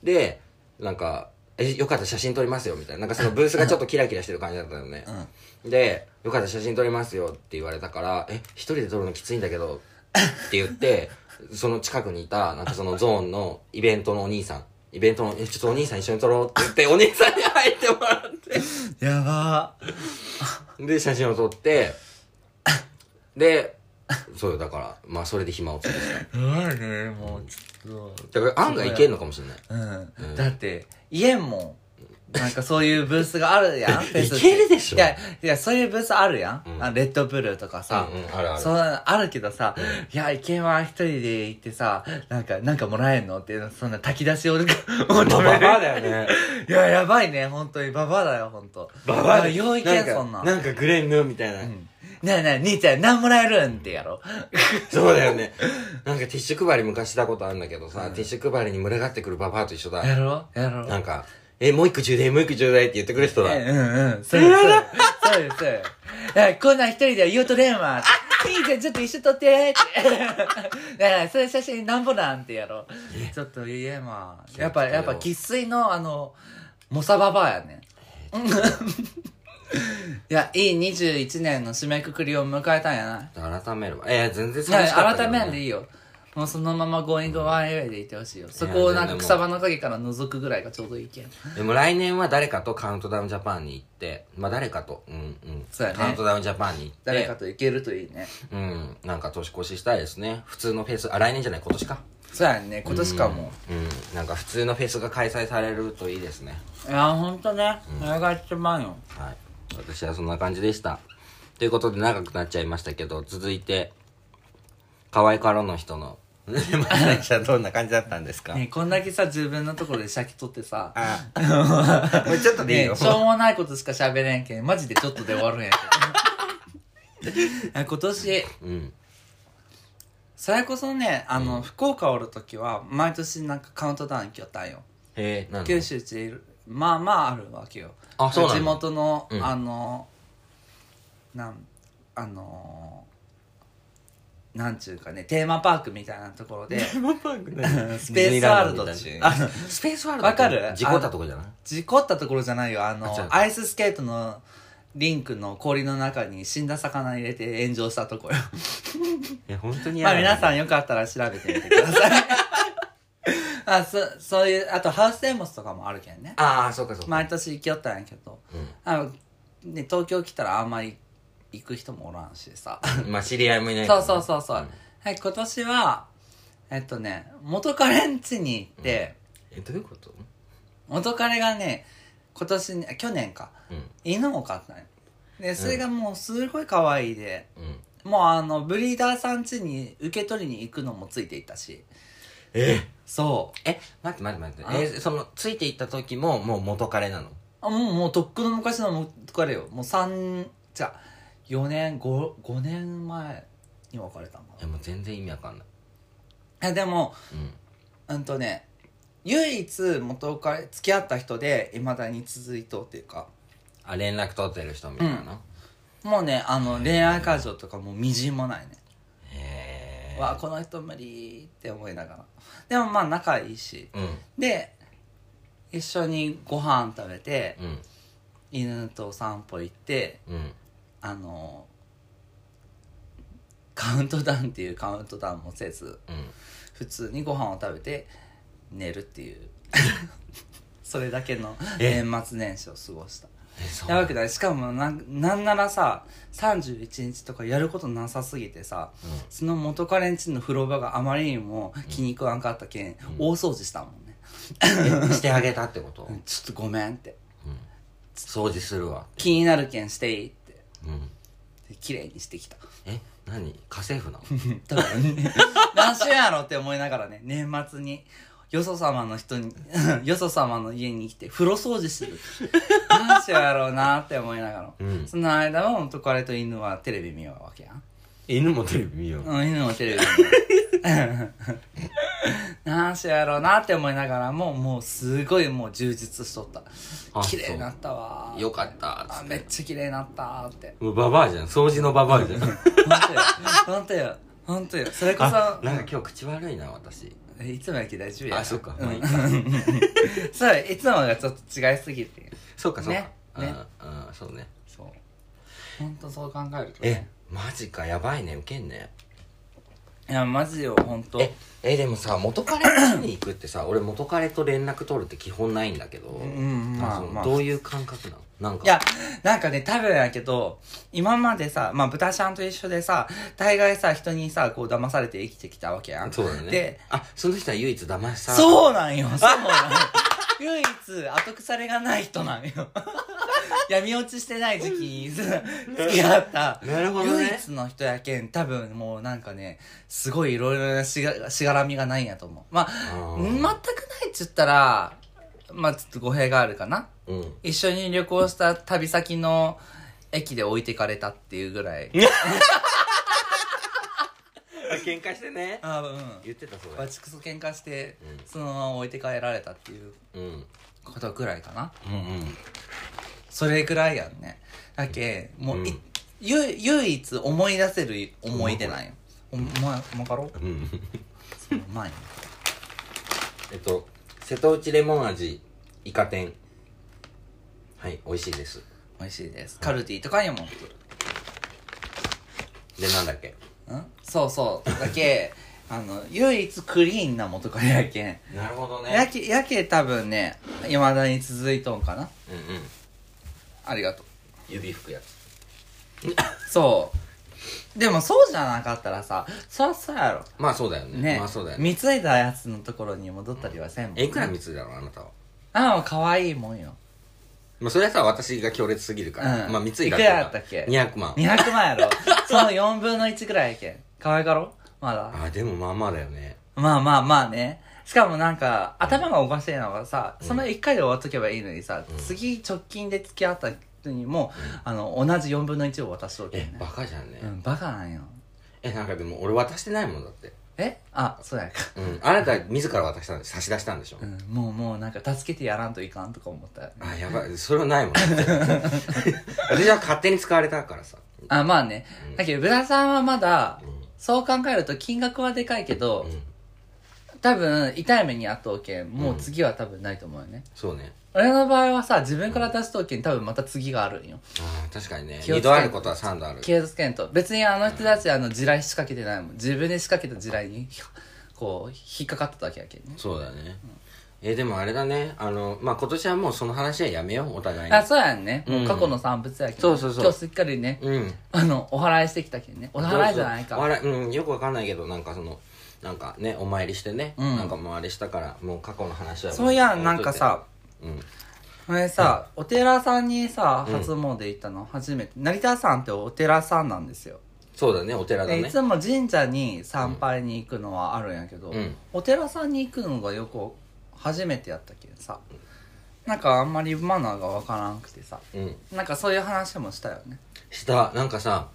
で、なんか、え、よかったら写真撮りますよ、みたいな。なんかそのブースがちょっとキラキラしてる感じだったのね。で、よかったら写真撮りますよって言われたから、え、一人で撮るのきついんだけど、って言って、その近くにいた、なんかそのゾーンのイベントのお兄さん。イベントの、え、ちょっとお兄さん一緒に撮ろうって言って、お兄さんに入ってもらって。
やば。
で写真を撮ってでそうよだからまあそれで暇をつぶし
うまいね、もう、ちょっ
た
と。
だから案外いけんのかもしれない
うん。だって、家も、なんかそういうブースがあるやん、フェスって
いけるでしょ
いや、いや、そういうブースあるやん。
うん
あレッドブルとかさ。
うんうんあるある
そう、あるけどさ、いや、イケンは一人で行ってさ、なんか、なんかもらえんのっていうの、そんな炊き出しを求 <laughs> める。
まあババアだよね
いや、やばいね、本当に。ババアだよ、本当。
ババア
よういけん、そん
な
なん
か。なんかグレンのみたいな、
なあなあ、兄ちゃん何もらえるんってやろ。
そうだよね。なんかティッシュ配り昔したことあるんだけどさ、ティッシュ配りに群がってくるババアと一緒だ。
<laughs> やろやろ
なんか、え、もう一個ちょうだい、もう一個ちょうだいって言ってくれる人だ。
うんうん、そうです、そうですそうです、そうです。こんなん一人では言うとれんわ。兄ちゃんちょっと一緒撮って <laughs> って。ねえそれ写真なんぼなんてやろ。ちょっと言えま。やっぱ、やっぱ、生粋のあの、モサババアやね。 <laughs> いや、いい21年の締めくくりを迎えたんやな。
改めれば。えー、全然
いや
しかったけ
改
ど
め
ね
んでいいよもうそのまま Going One Way でいてほしいよそこをなんか草葉の陰から覗くぐらいがちょうどいいけん
でも来年は誰かとカウントダウンジャパンに行って、まあ誰かと、うんうん。
そうやね
カウントダウンジャパンに行って、
誰かと行けるといいね
うん、なんか年越ししたいですね。普通のフェス、あ、来年じゃない、今年か。
そうやんね今年かも
うん、なんか普通のフェスが開催されるといいですね。
いやほんとねお願いしまんよ
はい。私はそんな感じでした。ということで長くなっちゃいましたけど、続いて、可愛いからの人の、 <laughs> まさきさんどんな感じだったんですか
ねこんだけさ自分のところで尺取ってさ
あ
<laughs>
もうちょっとでいい
ね
よ。
しょうもないことしか喋れんけんマジでちょっとで終わるんや
<laughs>
けどいや今年
うん。
それこそねあの、福岡おる時は毎年なんかカウントダウン来よったんよ
えー、なん
九州っているまあまああるわけよ
あそうなんだ
地元の、
うん
あのなんあのなんちゅうかねテーマパークみたいなところ
<laughs>
でスペースワールドっていうあの
スペースワールド
わかる
事故ったとこじゃない
事故ったところじゃないよあの
あ違う
アイススケートのリンクの氷の中に死んだ魚入れて炎上したとこよ
え、本当に
まあ皆さ
ん。
んよかったら調べてみてくださ <laughs> いあそそういうあとハウステンボスとかもあるけんね
ああ、そうかそうか。
毎年行きよったんやけど、あのね、東京来たらあんまり行く人もおらんしさ
まあ知り合いもいないか
そ
ら
う
ね
そうそうそう、はい、今年はえっとね元彼ん家に行って、
え、どういうこと
元彼がね今年にあ去年か
うん。
犬を飼ったんよでそれがもうすごい可愛いで、
うん。
もうあのブリーダーさん家に受け取りに行くのもついていったし
え
そう
え、待って待って
あ
待って。え、その、ついていった時も、もう元彼なの
あもうもうとっくの昔の元彼よもう3じゃ4年 5, 5年前に別れたんかな
え、もう全然意味わかんない。
えでも
うん。
うんとね唯一元彼付き合った人でいまだに続いとうっていうか
あ、連絡取ってる人みたいな。
もうねあの恋愛感情とかもうみじんもないね、
へえ。
わあこの人無理って思いながらでもまあ仲いいし
うん。
で一緒にご飯食べて
うん。
犬とお散歩行って
うん。
あのカウントダウンっていうカウントダウンもせず
うん。
普通にご飯を食べて寝るっていう <laughs> それだけの
え
年末年始を過ごした
え、そう。
やばくないしかもなんなんならさ31日とかやることなさすぎてさ、その元カレンチの風呂場があまりにも気に食わんかったけん、大掃除したもんね
えしてあげたってこと
うんちょっとごめんって
掃除するわ。
気になるけんしていいって
うん。
で綺麗にして
<laughs>
きた
え、何家政婦なの
多分ね何週やろって思いながらね年末によそ様の人に <laughs> よそ様の家に来て風呂掃除する何週やろうなって思いながら、
うん
その間は元カレと犬はテレビ見ようわけやん
犬もテレビ見よう。
うん、犬もテレビ。 <laughs> 何しやろうなって思いながらも、もうすごいもう充実しとった
あ。
綺麗になったわー。
よかったっつ
あ
っ、て
めっちゃ綺麗になったーって。
もうババアじゃん。掃除のババアじゃん。
本当よ。本当よ。本当よ。それこ
あ、
そ、
なんか今日口悪いな、私。
えいつもより大丈夫や。
あ、そっか。
う
まあいい
ん。
か。
<laughs> そう、いつもがちょっと違いすぎて。
そうか、そうか
ね。
うん
ね
うん、そうね。
そう。本当そう考えると
え
ね。、
マジか、やばいね、ウケんね。
いや、マジよ、本当。
え、え、でもさ、元彼の家に行くってさ、俺元彼と連絡取るって基本ないんだけど、
んまあ
その
まあ
どういう感覚なのなんか。
いや、なんかね、多分やけど、今までさ、まあ、豚ちゃんと一緒でさ、大概さ、人にさ、こう、騙されて生きてきたわけやん。
そうだね。
で、
あ、その人は唯一騙した。
そうなん
<laughs>
よ、そうなんよ。唯一、後腐れがない人なんよ。 <laughs> 闇落ちしてない時期にず付き合った。
なるほどね
唯一の人やけん、多分もうなんかね、すごいいろいろなしがしがらみがないんやと思う。まあ、
あー
全くないっちゅったら、まあ、ちょっと語弊があるかな。
うん。
一緒に旅行した旅先の駅で置いてかれたっていうぐらい
喧嘩してね
あうん
言ってたそ
バ
れ
チクソ喧嘩して
うん
そのまま置いて帰られたっていう
うんうん
ことぐらいかな
うん
それぐらいやんねだけもうい、
うん
ゆ唯一思い出せる思い出なんよおままかろ
<laughs>
う
うん
その前に
えっと瀬戸内レモン味イカ天はい美味しいです
美味しいですカルディとかにも売ってる
でなんだっけ
うんそうそうだけ <laughs> あの唯一クリーンな元カレやけん
なるほど
やけやけ多分ねいまだに続いとんかな
うんうん
ありがとう
指拭くやつ
そうでもそうじゃなかったらさそらそうや
まあそうだよ
ろ
ね
ね
まあそうだよね
貢いだやつのところに戻ったりはせんもん
えいくらついだろうあなたは
ああ可愛いもんよ
まあそれはさ私が強烈すぎるから、
うん
まあ三井が
いくらだったっけ
200万
200万やろその4分の1ぐらいやけん可愛いかろまだ
あでもまあまあだよね
まあまあまあねしかもなんか頭がおかしいのがさ、その1回で終わっとけばいいのにさ、次直近で付き合った人にも、あの同じ4分の1を渡しとけ
え
んね
バカじゃんね、
うんバカなんよ
えなんかでも俺渡してないもんだって
えあそうやか
うんあなた自ら渡したんで差し出したんでしょ、
うん、もうもうなんか助けてやらんといかんとか思ったよね
あやばいそれはないもん <laughs> 私は勝手に使われたからさ
あまあね
うん
だけどブラさんはまだ
うん
そう考えると金額はでかいけど
うん
多分痛い目にあっとうけんもう次は多分ないと思うよね、
そうね
俺の場合はさ自分から出すとけん多分また次があるんよ
あー確かにね
気をつけ
二度あることは三度ある
警察犬と別にあの人たちあの地雷仕掛けてないもん自分で仕掛けた地雷に <laughs> こう引っかかっただけやけんね
そうだね、えでもあれだねあのまあ今年はもうその話はやめようお互いに
あそうやんね、もううん過去の産物やけん
そうそうそう
今日すっかりね
うん
あのお祓いしてきたけんねお祓いじゃないか
そうそうお祓いうんよくわかんないけどなんかそのなんかねお参りしてね、
うん
なんかもうあれしたからもう過去の話はも
そういやなんかさ
うん
これさ、お寺さんにさ初詣行ったの初めて、成田さんってお寺さんなんですよ、
そうだねお寺だ
でい
ね
つも神社に参拝に行くのはあるんやけど、
うん
お寺さんに行くのがよく初めてやったけんさなんかあんまりマナーがわからんくてさ
うん
なんかそういう話もしたよね
したなんかさ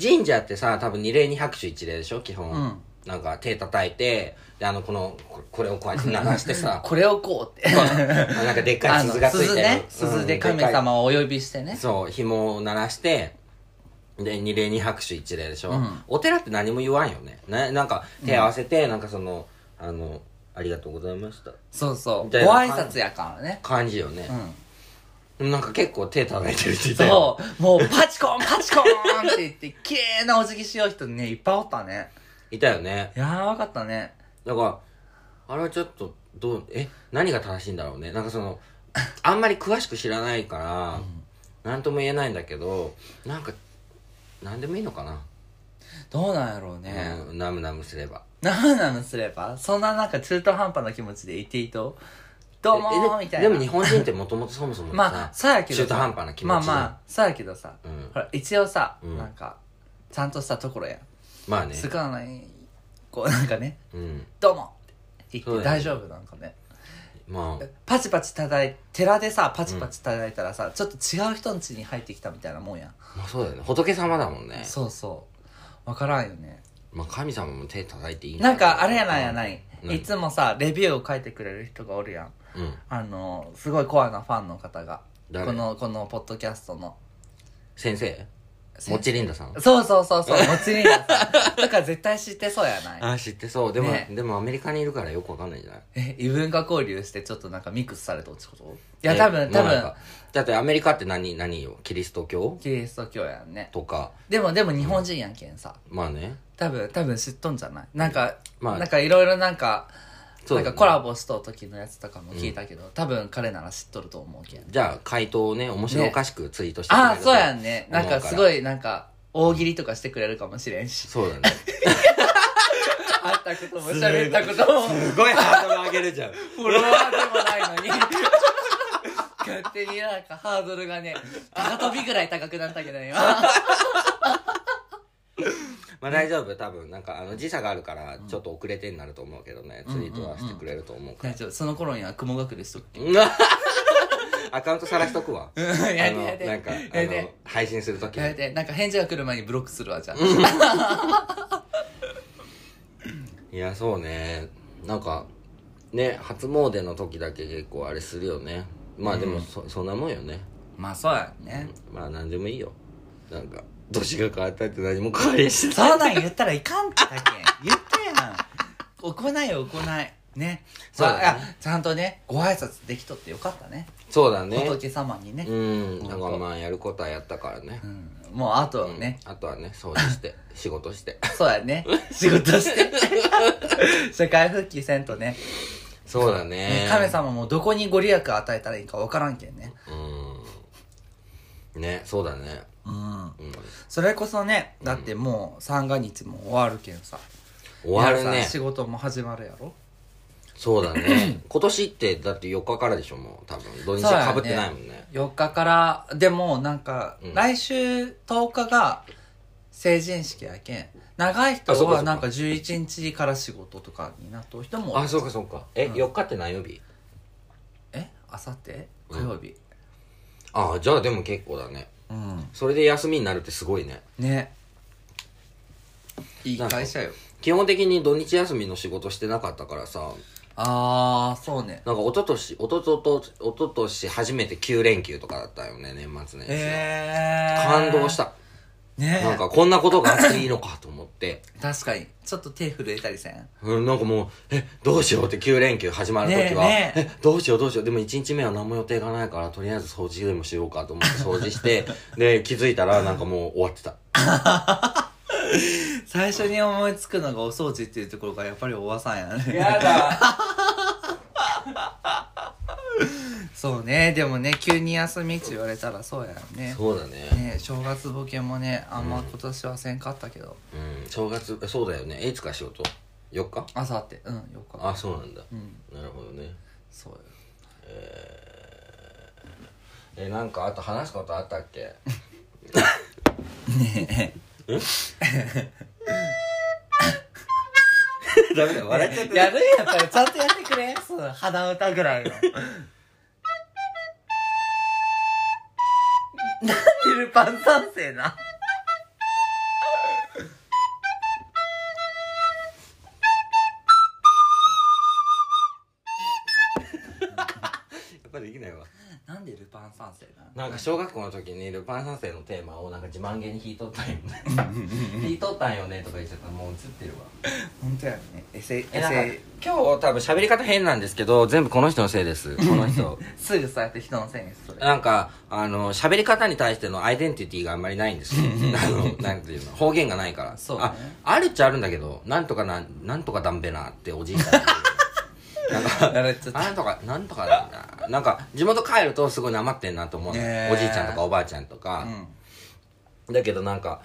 神社ってさ多分二礼二拍手一礼でしょ基本、
うん
なんか手叩いてであのこのここれをこうやって流して
<laughs>
さ
これをこうって
あなんかでっかい鈴がついてる
あの鈴
う
ね
ん
鈴で神
っかい
様をお呼びしてね、
そう紐を鳴らしてで二礼二拍手一礼でしょ、
うん
お寺って何も言わんよねななんか手合わせて、なんかそのあのありがとうございました
そうそう
み
ご
たいな
挨拶やからね
感じよね
う、ん
でもなんか結構手叩いてるって言ってたよ
そうもうパチコンパチコンって言って綺麗なお辞儀しよう人ねいっぱいおったね
いたよね
やばかったね
だからあれはちょっとどうえ何が正しいんだろうねなんかそのあんまり詳しく知らないから何とも言えないんだけどなんか何でもいいのかな、
どうなんやろうね、
うん、ナムナムすれば
なんなのすればそんななんか中途半端な気持ちでいていいとどうもー
え
みたい
で
な
も日本人ってもともとそもそもさ
まあそうやけどさ
中途半端な気持ち
まあまあそうやけどさ、
うん
ほら一応さ、
うん
なんかちゃんとしたところや
まあね
すごいないこう <laughs> なんかね
うん
「どうも!」って
そ
言
う
って
だよ
大
ね
丈夫なんかね
まあ
パチパチ叩い寺でさパチパチ叩いたらさ、ちょっと違う人ん家に入ってきたみたいなもんや、
まあそうだよね仏様だもんね
そうそう分からんよね
まあ神様も手叩いていい
なんかあれやないやない、
うん
いつもさレビューを書いてくれる人がおるやん
うん
あのすごいコアなファンの方が
誰
このこのポッドキャストの
先生もっちりんださん
そうそうそうそう
<laughs>
もちりんさんとか絶対知ってそうやない
あ知ってそうでも、
ね
でもアメリカにいるからよくわかんないんじゃない
え異文化交流してちょっとなんかミックスされたってこといや
え
多分多
もうなん
分
かだってアメリカって何何よキリスト教
キリスト教やんね
とか
でもでも日本人やんけんさ
まあね
多分多分知っとんじゃないなんか、
まあ
なんかいろいろなんか
そう
なん
だね
かコラボしとう時のやつとかも聞いたけど、多分彼なら知っとると思うけん
じゃあ回答をね面白おかしくツイートしてくれる
ああ
と
そうやんね
思
な
うんから
かすごいなんか大喜利とかしてくれるかもしれ
<laughs>
んし
そうだね
会ったことも喋ったことも
すごいハードル上げるじゃん
フォロワーでもないのに勝手になんかハードルがね高飛びぐらい高くなったけどね今
<laughs> まあ大丈夫多分なんかあの時差があるからちょっと遅れてになると思うけどね、ツイートはしてくれると思うから、
大丈夫その頃には雲隠れしとくけど
うん <laughs> アカウント晒しとくわ。
やって
あの
やって
なんか、あ
やって
の、配信するとき
やめてなんか返事が来る前にブロックするわじゃあ
いや、そうね。なんか、ね、初詣の時だけ結構あれするよね。まあでも、そ、そんなもんよね。
まあそうやね
まあ何でもいいよ。なんか、年が変わったって何も変わりんし
そんなん言ったらいかんってだけ言ったやん行いよ行いね
そうだ
ま
ね
あいやちゃんとねご挨拶できとってよかったね
そうだね。
仏様にね、
うん。なんかまあやることはやったからね
う。ん、もうあとはね、
あとはね、掃除
<laughs>
して、仕事して。
そうやね仕事して
<laughs>
社会復帰せんとね
そうだね。
神様もどこにご利益与えたらいいか分からんけんね
うん。ね、そうだね。
うん
うん。
それこそねだってもう三が日も終わるけんさ
終わる
皆
ね
さん。仕事も始まるやろ
そうだ
<laughs>
ね。今年って、だって4日からでしょ、もう。多分。土日
そうや
かぶってないもんね。
4日からでもなんか、
うん
来週10日が成人式やけん長い人
あそうかそう
は
か
なんか11日から仕事とかになっとる人も
あ、そうかそうか。え、4日って何曜日
えあさって火曜日
ああ、じゃあでも結構だね。
うん、
それで休みになるってすごいね。
ねいい会社よ
基本的に土日休みの仕事してなかったからさ、
ああそうね
なんか一昨年、一昨年、一昨年初めて9連休とかだったよね、年末年始。
ええー、
感動した。
ね
なんかこんなことがあっていいのかと思って。
確かにちょっと手震えたりせん
うん、なんかもう、え、どうしようって9連休始まるときは、
ねえね
え、どうしようどうしよう。でも1日目は何も予定がないから、とりあえず掃除でもしようかと思って掃除
<laughs>
して、で、気づいたらなんかもう終わってた。
最初に思いつくのがお掃除っていうところがやっぱりおばさんやね
やだ
<laughs> そうねでもね急に休みって言われたらそうやよね
そうだね。
ね正月ボケもねあんま今年はせんかったけど、
うん、正月、えそうだよね。え、いつから仕事 ?4 日
あさってうんよか
あ、そうなんだ。
うん
なるほどね。
そうよ
え、なんかあと話すことあったっけ
<laughs> ね
<laughs> ダメだよ、笑っちゃっ
えやるやっぱりちゃんとやってくれそう鼻歌ぐ <laughs> らいのなんでルパン三世な
た。やっぱりできないわ。
なんでルパン三世な
なんか小学校の時にルパン三世のテーマをなんか自慢げに弾いとったんよね
<laughs>
弾いとったんよねとか言っちゃったらもう映ってるわ
本当やねエセエ
えなんか
セ
今日多分喋り方変なんですけど全部この人のせいですこの人
すぐそうやって人のせいにする
なんかあの喋り方に対してのアイデンティティがあんまりないんですよあのなんていうの方言がないから
そうね
ああるっちゃあるんだけどなんとかなんなんとかだんべなっておじいさんが言うなんか
やられちゃった
なんとか、なんとかだな。なんか、地元帰るとすごいなまってんなと思うの、
ねえ
おじいちゃんとかおばあちゃんとか、
うん
だけどなんか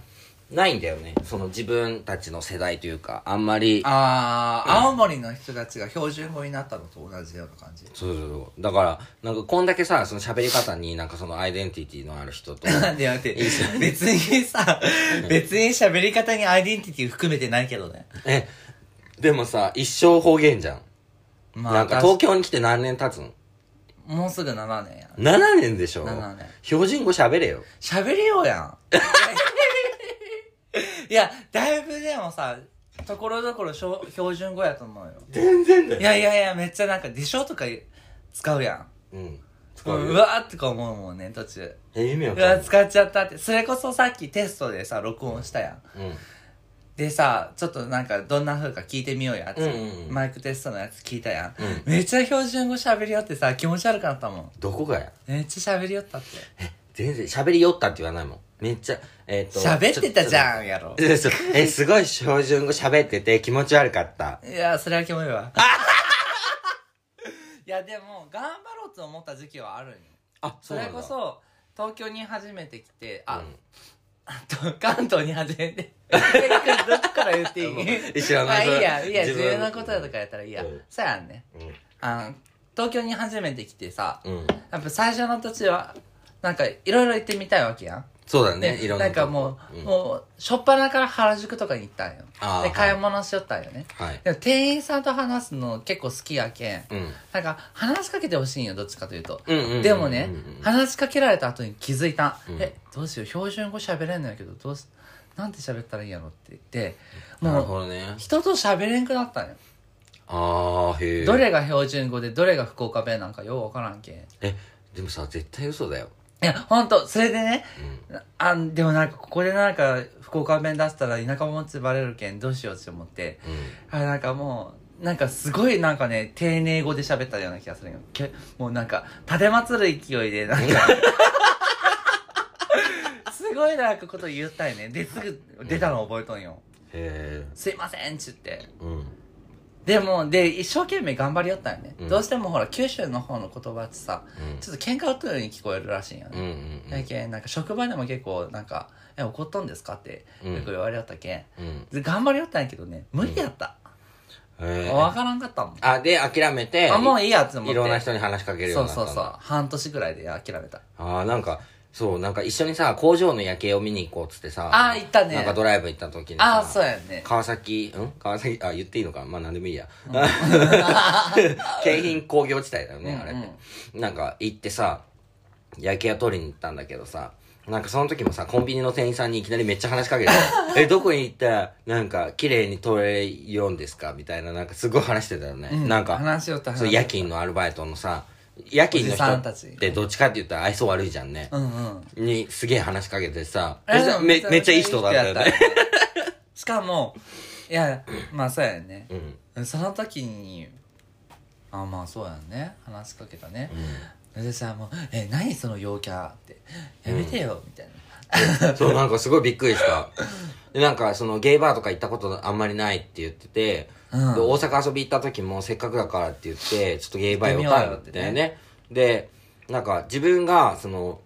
ないんだよねその自分たちの世代というかあんまり
ああ、青森の人たちが標準語になったのと同じような感じ
そうそうそうだからなんかこんだけさその喋り方になんかそのアイデンティティのある人と
なんでやって別にさ別に喋り方にアイデンティティ含めてないけどね
えでもさ一生方言じゃん、
ま
なんか東京に来て何年経つの
もうすぐ7年や
7年でしょ
7年
標準語喋れよ
喋れようやんいやだいぶでもさところどころしょ標準語やと思うよ
全然だ
いやいやいやめっちゃなんか「でしょ」とか使うやん
うん使う
う
よ
わーってか思うもんね途中
え意味わ
う
かんな
わ
い
使っちゃったってそれこそさっきテストでさ録音したやん
うん
でさちょっとなんかどんな風か聞いてみようやつ、
うんうんうん
マイクテストのやつ聞いたやん、めっちゃ標準語喋りよってさ気持ち悪くなったもん
どこがや
めっちゃ喋りよったって
全然喋りよったって言わないもんめっちゃえっ、と
喋ってたじ
ん
ゃんやろ
えそうえすごい標準語喋ってて気持ち悪かった
いやそれはキモいわ <laughs> いやでも頑張ろうと思った時期はあるんよ
あ
それこそ東京に初めて来てあ、
うん <laughs>
と関東に初めて <laughs> どっちから言ってい
もう
い
知らない
まあい
そ
いや
れ
いいや
自
重
分
要なことだとかやったらいいや、
うん
そうやんねあの東京に初めて来てさ、
うん
やっぱ最初の土地はなんかいろいろ行ってみたいわけやん
そうだね
で
いろんな
なんかもう、
うん
もう、しょっぱなから原宿とかに行ったんよ
あー。は
で、
い
買い物しよったんよね。
はい
でも店員さんと話すの結構好きやけん。
うん
なんか、話しかけてほしいんよ、どっちかというと。
うんうんうんうん
でもね
うんうんうん、
話しかけられた後に気づいた。
うん
え、どうしよう、標準語喋れんのやけど、どうす、なんて喋ったらいいんやろって言って、
なる
も
ほ
う、
どね
人と喋れんくなったんよ。
ああへえ
どれが標準語で、どれが福岡弁なんかようわからんけん。い
えでもさ絶対嘘だよ
や、ほんと、それでね、あんでもなんかここでなんか福岡弁出したら田舎者ってバレるけんどうしようって思って
うん
あなんかもうなんかすごいなんかね丁寧語で喋ったような気がするよけもうなんか立てまつる勢いでなん
<laughs>
かすごいなんかこと言ったよねですぐ出たの覚えとんよ
へえ
「すいません」っつって
うん
でもで一生懸命頑張りよったよね、
うん
どうしてもほら九州の方の言葉ってさ
うん
ちょっと喧嘩打ったように聞こえるらしいんよね、
うんうん
やけんなんか職場でも結構なんか「え怒っとんですか?」って
うん
よく言われよったけん、
うんうん
で頑張りよったんやけどね無理やった、
へえ
分からんかったもん、
あで諦めて
あもういいやつ思って
いろんな人に話しかけるよう
そ
に
う
なった
そ
ん
う
だ
そう半年ぐらいで諦めた
ああなんかそうなんか一緒にさ工場の夜景を見に行こうっつってさ
あー行ったね
なんかドライブ行った時にさ
ああそうやね
川崎ん川崎あ言っていいのかまあ何でもいいや、 <laughs> 京浜工業地帯だよね、あれってなんか行ってさ夜景を取りに行ったんだけどさなんかその時もさコンビニの店員さんにいきなりめっちゃ話しかけ
<laughs>
て「えどこに行ったらなんか綺麗に取れようんですか?」みたいななんかすごい話してたよね、
う
なんか
話しよった話
そう夜勤のアルバイトのさ夜勤の
おじさん
人
た
っ
ち
てどっちかって言ったら愛想悪いじゃんね、
うんうん
にすげえ話しかけてさ
あれでも
めめっちゃいい人だったよね
人やったよねしかもいやまあそうやね
う、ん
その時にあまあそうやね話しかけたね、でさもう「え何その陽キャ」って「やめてよ」みたいな
そう、なんかすごいびっくりした。で、なんか、その、ゲイバーとか行ったことあんまりないって言ってて、
うん
で大阪遊び行った時も、せっかくだからって言って、ちょっとゲイバー寄ったんだよね。で、なんか、自分が、その、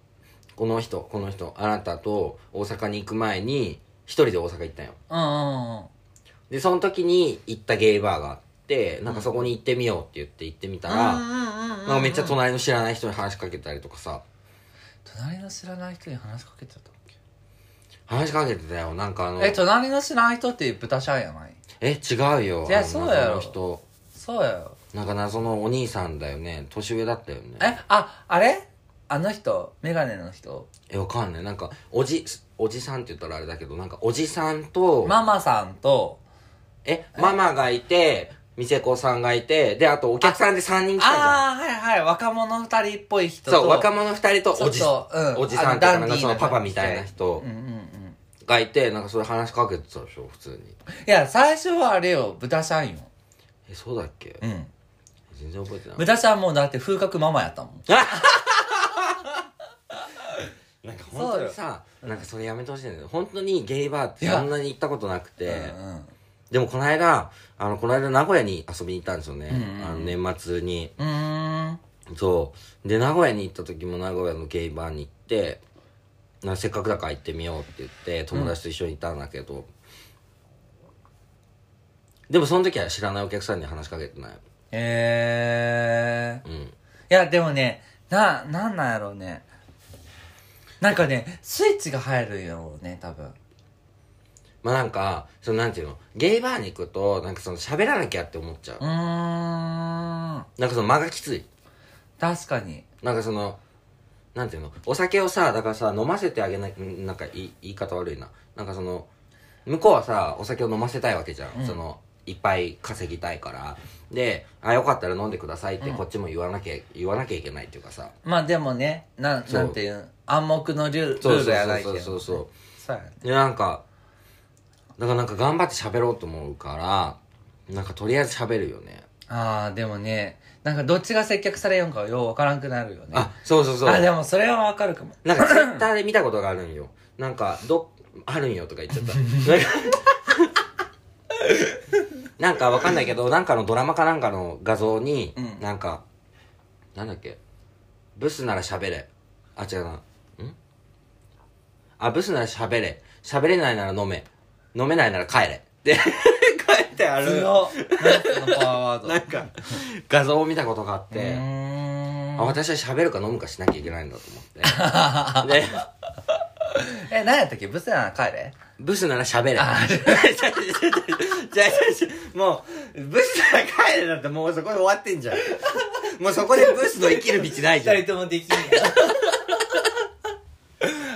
この人、この人、あなたと大阪に行く前に、一人で大阪行ったんよ。
うんうんうん
で、その時に行ったゲイバーがあって、なんかそこに行ってみようって言って行ってみたら、なんかめっちゃ隣の知らない人に話しかけたりとかさ、
隣の知らない人に話しかけてたっけ
話しかけてたよ。なんかあの、
え隣の知らない人って豚しゃんやない
え違うよ。
いや
あの
そうや
謎
ろ
の人。
そうやよ
なんか謎のお兄さんだよね年上だったよね
えああれあの人メガネの人
えわかんないなんかおじおじさんって言ったらあれだけどなんかおじさんと、
ママさんと
えママがいて店子さんがいてであとお客さんで3人来たじゃん
ああーはいはい若者二人っぽい人と
そう若
者
者2人とおじ
そうそううん
おじさんと
あ
かなんか
のダンディーな
そのパパみたいな人
うんうんうん
がいてなんかそれ話しかけてたでしょ普通に
いや最初はあれよ豚しゃんよ
えそうだっけ
うん
全然覚えてない
豚しゃんもうだって風格ママやったもん
なんか本当にさなんかそれやめてほしいんだけど本当にゲイバーってそんなに行ったことなくて、
うんうん
でもこの間、あの、この間名古屋に遊びに行ったんですよね。
うんうん
あの、年末に。
うーん
そう。で、名古屋に行った時も名古屋のゲイバーに行って、なせっかくだから行ってみようって言って、友達と一緒に行ったんだけど、でもその時は知らないお客さんに話しかけてない。
えー、
う
い
ん。
やでもねななんなんやろうねなんかねスイッチが入るんやろうね多分
まあなんか、そのなんていうの、ゲイバーに行くと、なんかその喋らなきゃって思っちゃう。
うーん
なんかその間がきつい。
確かに
なんかその、なんていうの、お酒をさ、だからさ、飲ませてあげない、んなんか言い言い方悪いな。なんかその、向こうはさ、お酒を飲ませたいわけじゃん。その、いっぱい稼ぎたいから。で、あ、よかったら飲んでくださいって、こっちも言わなきゃ、言わなきゃいけないっていうかさ。
まあでもねな
そう
なんていう暗黙のルールル
そう
ールやないけ
そう
ど
そうそう
そうやね
そう。で、なんか、だからなんか頑張って喋ろうと思うから、なんかとりあえず喋るよね。
ああでもねなんかどっちが接客されようかはようわからんくなるよね
あ、そうそうそう。
あでもそれはわかるかも
なんかツイッターで見たことがあるんよ。なんか、ど、あるんよとか言っちゃった。なんかなんかわかんないけど、なんかのドラマかなんかの画像に、
ん
なんか、なんだっけ、ブスなら喋れ。あ、違うな。んあ、ブスなら喋れ。喋れないなら飲め。飲めないなら帰れ。って、書いてある。
強っ何そのパワーワ
なん
ー
か、画像を見たことがあっ
ドう
て、
ーん <laughs>
あ私は喋るか飲むかしなきゃいけないんだと思ってで
え、何やったっけブスなら帰れ
ブスなら喋れ。 <laughs>
あ
じゃあ、もう、ブスなら帰れだってもうそこで終わってんじゃん。もうそこでブスの生きる道ないじゃん。
<laughs>
い
人ともできんや。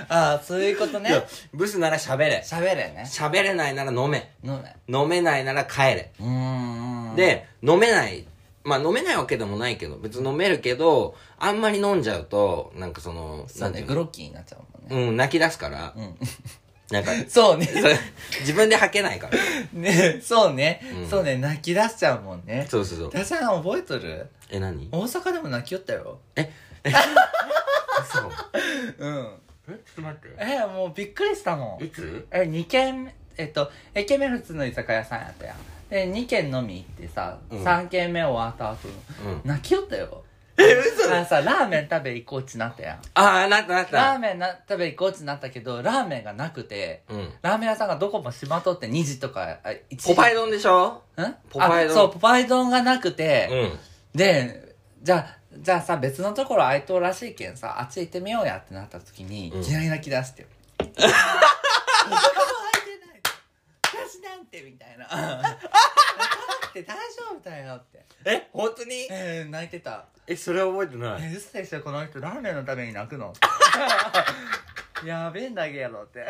ああ、そういうことね
や。ブスなら喋れ。
喋れね。
喋れないなら飲め。
飲め。
飲めないなら帰れ。
うーん。、
で、飲めない。まあ飲めないわけでもないけど、別に飲めるけど、あんまり飲んじゃうと、なんかその、
そう
なんてい
ね、
う
グロッキーになっちゃうもんね。
のうん、泣き出すから、なんか、
<laughs> そうね。
それ自分で吐けないから。
ね、そうね、そうね、泣き出しちゃうもんね。
そうそうそう。
ダさん覚えとる
え、何
大阪でも泣きよったよ。 <laughs>
そう。
うん。
え、ちょっと待って。
え、もうびっくりしたもん。
つ
え、2軒目、えっと、1軒目普通の居酒屋さんやったやん。で、2軒飲み行ってさ、
うん
3軒目終わった後、
うん
泣きよったよ。
え、嘘
あのさ、ラーメン食べ行こうってなったやん。
ああ、なったなっ
ラー
た。
メンな食べ行こうってなったけど、ラーメンがなくて、
うん。
ラーメン屋さんがどこも閉まっとって2時とか、あ1時。
ポパイ丼でしょ
ん
ポパイ丼
あそう、ポパイ丼がなくて、
うん。
でじゃあじゃあさ別のところ空いとうらしいけんさあっち行ってみようやってなった時にい
うん
きなり泣き出して
<laughs>
「どこも空いてない私なんて」みたいな「だって大丈夫だよ」って、 <laughs>
え、本当に
えー泣いてた
え、それ覚えて
「
な
え
い。
ー、嘘でしょこの人ラーメンのために泣く
<laughs>
の」やべえんだけやろ」って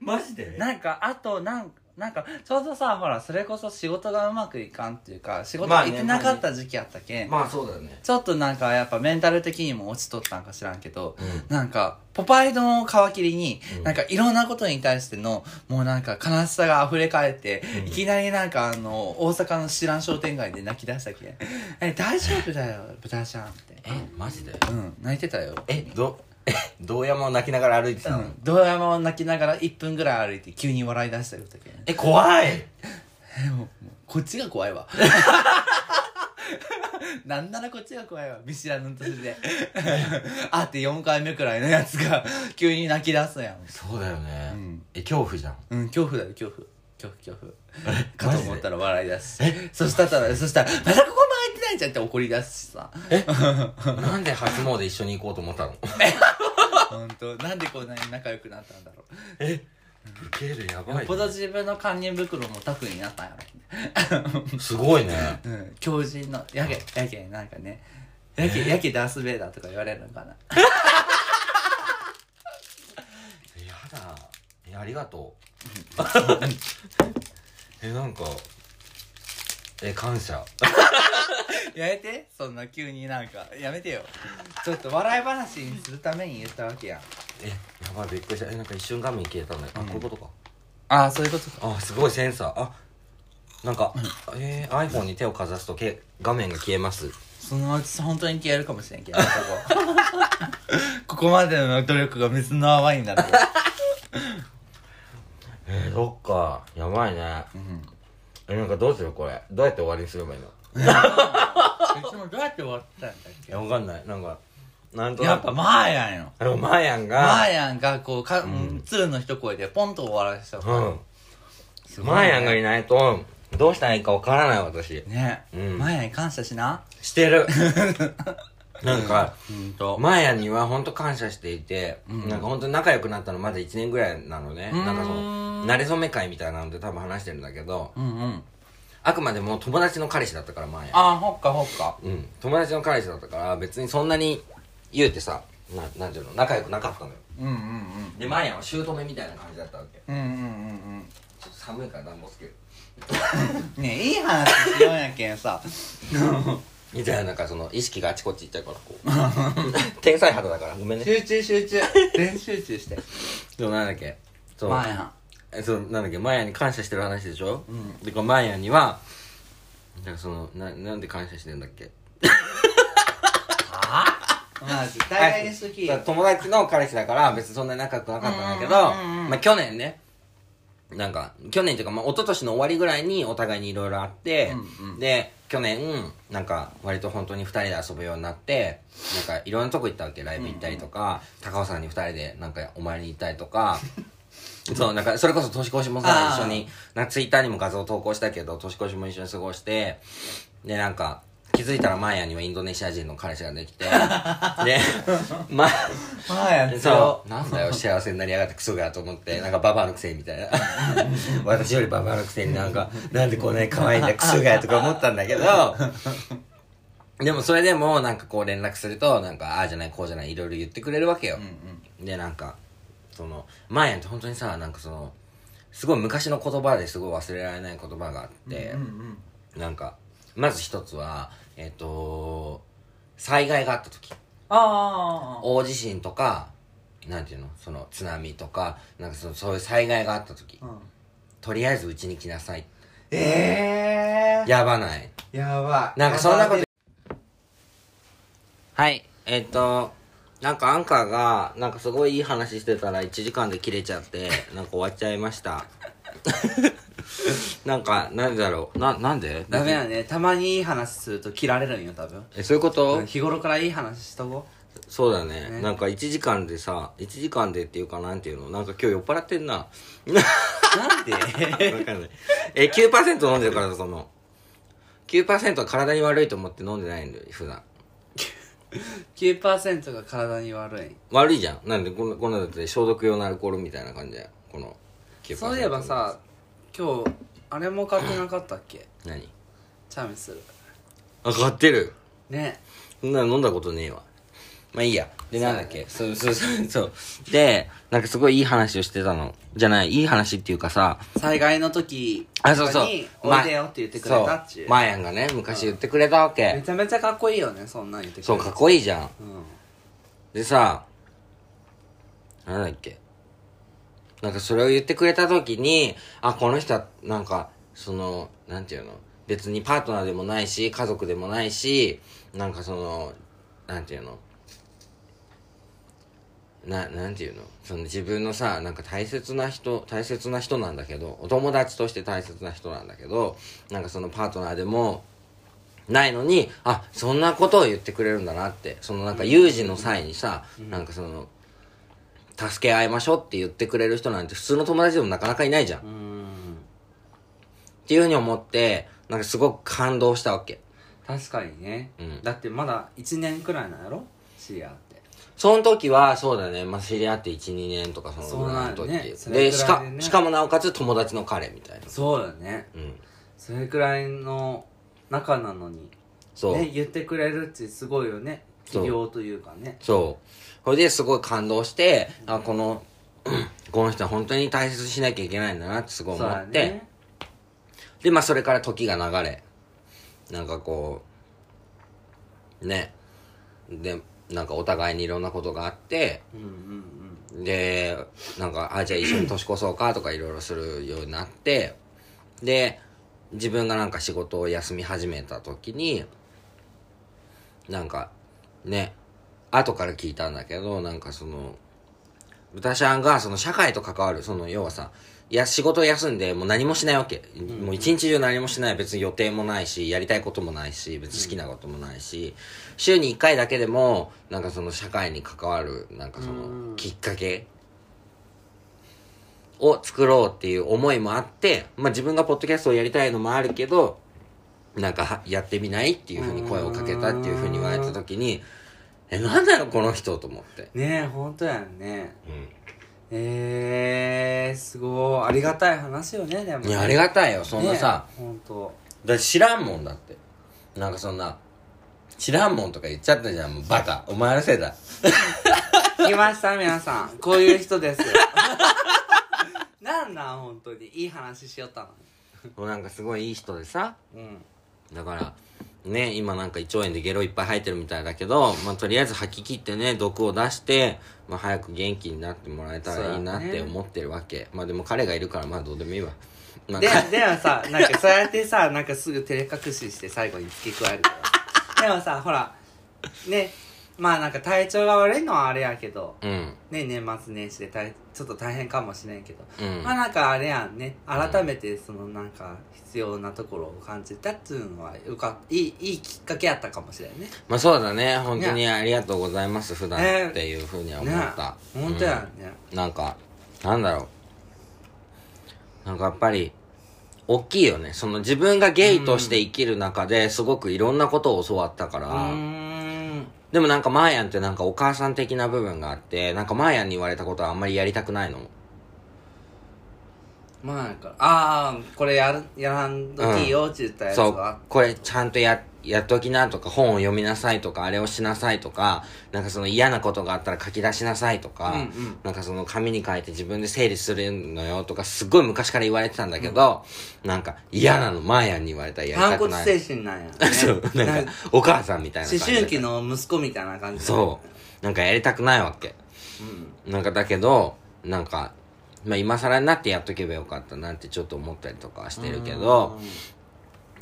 マジで
なんかあとなんなんかちょうどさほらそれこそ仕事がうまくいかんっていうか仕事
まあ
が
ね
行ってなかった時期やったけん、
まあそうだよね。
ちょっとなんかやっぱメンタル的にも落ちとったんか知らんけど、
う
なんか、ポパイ丼を皮切りに、
うん
なんかいろんなことに対しての、もうなんか悲しさが溢れ返って、
うん
いきなりなんかあの、大阪の知らん商店街で泣き出したっけ。え、大丈夫だよ、豚ちゃんって。
え、マジで
うん、泣いてたよ。
え、ど、え、道山を泣きながら歩いて
う
たの
ん、ドラマを泣きながら1分ぐらい歩いて急に笑い出したよ、時
え、怖い
え、もう、もうこっちが怖いわ。 <laughs> なんならこっちが怖いわ。見知らぬ年で。あって4回目くらいのやつが、急に泣き出すやん。
そうだよね
ん。
え、恐怖じ <laughs> ゃん。
うん、恐怖だよ、恐怖。恐怖、恐怖。か
マ
と
ジで
思ったら笑い出すし。そしたら、そしたら、まだここも開いてないじゃんって怒り出すしさ。
なんで初詣一緒に行こうと思ったの
ほんと、なんでこんなに仲良くなったんだろ
ウケる、や
う。よっぽど自分の堪忍袋もタフになったんやろうね。
すごい <laughs> ね。
うん、強靭の、やけ、やけ、なんかね、やけ、やけダースベイダーとか言われるのかな。
やだ。え、ありがとう。 <laughs> え、なんか、え、感謝。
<laughs> やめてそんな急になんかやめてよちょっと笑い話にするために言ったわけやん
え、やばい、びっくりした。え、なんか一瞬画面消えたんだよ。あ、こういうことか。
ああそういうことか
あすごいセンサーあなんか、えー、iPhone に手をかざすとけ画面が消えます
そのうち本当に消えるかもしれんけ <laughs> どここここまでの努力が水の泡になるわ
えー、そっかやばいね
うん
えなんかどうするこれどうやって終わりにすればいいの
いつもどうやって終わったんだっ
いやわかんないなんかなんと
けや
な
っ
く
ぱマーヤンよ
あのマーヤンが
マーヤンがこうか、うん、鶴の一声でポンと終わらせちゃった、
うん
す
マーヤンがいないとどうしたらいいかわからない私
ね、
うん
マーヤンに感謝しな
して <laughs> るなんか、
うんと
マーヤンには本当感謝していて、なんか本当に仲良くなったのまだ1年ぐらいなのね
うーん
なんかその慣れ初め会みたいなので多分話してるんだけど
うんうん
あくまでも友達の彼氏だったからマーヤン
ああほっかほっか
うん、友達の彼氏だったから別にそんなに言うてさななんていうの仲良くなかったのよ
うんうん
でマーヤンは姑みたいな感じだったわけち
うんうんうんうんうん
ょっと寒いから暖房つける
ねえいい話しようやけんさ
みたいななんかその意識があちこち行っちゃうからこ <laughs> う天才肌だからごめんね
集中集中全集中して
そうなんだっけそう,、
まあや
えそうなんだっけマーヤンに感謝してる話でしょ、うん、でこうマーヤンにはだからそのななんで感謝してんだっけ
まあ絶対に好き
だから友達の彼氏だから別にそんなに仲良くなかったんだけど、
うんうんうん
まあ去年ねなんか去年っていうか、まあ、一昨年の終わりぐらいにお互いにいろいろあって、
うんうん
で去年なんか割と本当に2人で遊ぶようになってなんかいろんなとこ行ったわけライブ行ったりとか、高尾山に2人でなんかお参りに行ったりとかそうなんかそれこそ年越しもさ
あー
一緒になんかツイッターにも画像投稿したけど年越しも一緒に過ごしてでなんか気づいたらマーヤにはインドネシア人の彼氏がで
<laughs>
きてでまあ
まあや
そうなんだよ幸せになりやがってクソがと思ってなんかババアのくせにみたい
<laughs>
な私よりババアのくせになんかなんでこんなに可愛いんだクソがやとか思ったんだけどでもそれでもなんかこう連絡するとなんかああじゃないこうじゃないいろいろ言ってくれるわけよ、でなんかそのマーヤンって本当にさなんかそのすごい昔の言葉ですごい忘れられない言葉があって、なんかまず一つはえっ、と災害があった時
あ
大地震とかなんていうのその津波とかなんかそのそういう災害があった時、
ん
とりあえずうちに来なさい
え
やばない
ー、やばい
なんかそんなことはいえっ、となんかアンカーがなんかすごいいい話してたら1時間で切れちゃってなんか終わっちゃいました
<laughs>
なんかなんでだろうななんで
ダメだねたまにいい話すると切られるんよ多分
えそういうこと、
日頃からいい話しとこ
そうだねなんか1時間でさ1時間でっていうかなんていうのなんか今日酔っ払
<laughs>
ってんな
うなん <laughs> で
わかんない。え、9%飲んでるからさ、その。9%は体に悪いと思って飲んでないんだよ、普段。
9%が体に悪い
悪いじゃん。なんで、こんな、こんなだって消毒用のアルコールみたいな感じだよ。この9%。
そういえば。さ今日あれも買ってなかったっけ
何
チャームする
あ、買ってる。
ね
そんなの飲んだことねえわ。まあいいや。で、なんだっけそうそうそうそう。で、なんかすごいいい話をしてたの。じゃない、いい話っていうかさ、
災害の時
あ、そう
と
そ
か
う
に。お
ま
いでよって言ってくれたっちゅう
そうマーヤンがね、昔言ってくれたわ
め
け。
ちゃめちゃかっこいいよねそんなん言ってくれ
そう、かっこいいじゃん。
うん
でさ、なんだっけ。なんかそれを言ってくれた時に、あ、この人は、なんか、その、なんていうの別にパートナーでもないし、家族でもないし、なんかその、なんていうのな、なんていうのその自分のさ、なんか大切な人、大切な人なんだけど、お友達として大切な人なんだけど、なんかそのパートナーでも、ないのにあそんなことを言ってくれるんだなってそのなんか有事の際にさ、なんかその助け合いましょうって言ってくれる人なんて普通の友達でもなかなかいないじゃん、っ
うん
ていうふうに思ってなんかすごく感動したわけ
確かにね、
うん
だってまだ1年くらいなんやろ知り合って
その時はそうだね、まあ、知り合って12年とかそのぐらいの
そう
時
なん
で,、
だねそれ
で
く
し
ら
か
いでね
しかもなおかつ友達の彼みたいな
そうだね
うん
それくらいの仲なのに
そう、
ね言ってくれるってすごいよね
そう
企業というかね
そうそれですごい感動してあこの <clears throat> この人は本当に大切にしなきゃいけないんだなってすごい
そう
思
だ
って、
ね
でまあそれから時が流れなんかこうねでなんかお互いにいろんなことがあって
うんうんうん
でなんかあじゃあ一緒に年越そうかとかいろいろするようになってで自分がなんか仕事を休み始めた時になんかね後から聞いたんだけどなんかその豚ちゃんがその社会と関わるその要はさいや仕事を休んでもう何もしないわけ、もう一日中何もしない別に予定もないしやりたいこともないし別に好きなこともないし、週に1回だけでもなんかその社会に関わるなんかそのきっかけを作ろうっていう思いもあって、まあ、自分がポッドキャストをやりたいのもあるけどなんかはやってみないっていうふうに声をかけたっていうふうに言われた時にえなんだよこの人と思って。
ねえ本当やんね
うん
えー、すごいありがたい話よねでも
いやありがたいよそんなさ、
ねえ本当
だって知らんもんだってなんかそんな知らんもんとか言っちゃったじゃんもうバカお前のせいだ
来ました皆さんこういう人ですなんなん本当にいい話しよったの
<laughs> もうなんかすごいいい人でさ
にうん
だからね今なんか胃腸炎でゲロいっぱい吐いてるみたいだけど、まあ、とりあえず吐き切ってね毒を出して、まあ、早く元気になってもらえたらいいなっ
そうだ
て
ね
思ってるわけ、まあでも彼がいるからまあどうでもいいわまあ
ででもさなんかそうやってさなんかすぐ照れ隠しして最後に付け加えるからでもさほらねまあなんか体調が悪いのはあれやけど
<laughs> うん
ね年末年始で大ちょっと大変かもしれんけど、
うん
まあなんかあれやんね改めてそのなんか必要なところを感じたっていうのはよかいいいいきっかけやったかもしれんね
まあそうだね本当にありがとうございます普段っていうふうには思
ね
った、
本当やんね、
なんかなんだろうなんかやっぱり大きいよねその自分がゲイとして生きる中ですごくいろんなことを教わったから、
うーん
でもなんかマーヤンってなんかお母さん的な部分があってなんかマーヤンに言われたことはあんまりやりたくないの
まあなんかああこれやるやらんときよって言ったやつ
そう
は、
これちゃんとややっときなとか本を読みなさいとかあれをしなさいとかなんかその嫌なことがあったら書き出しなさいとか、
うんうん
なんかその紙に書いて自分で整理するのよとかすごい昔から言われてたんだけど、なんか嫌なのマーヤンに言われたらやり
反
たく
骨
ない、
精神なんや、ね
<laughs> そうなんかお母さんみたいな感
思
じで
春期の息子みたいな感じ
そうなんかやりたくないわけ
う、うん、
なんかだけどなんか、まあ、今更になってやっとけばよかったなってちょっと思ったりとかはしてるけど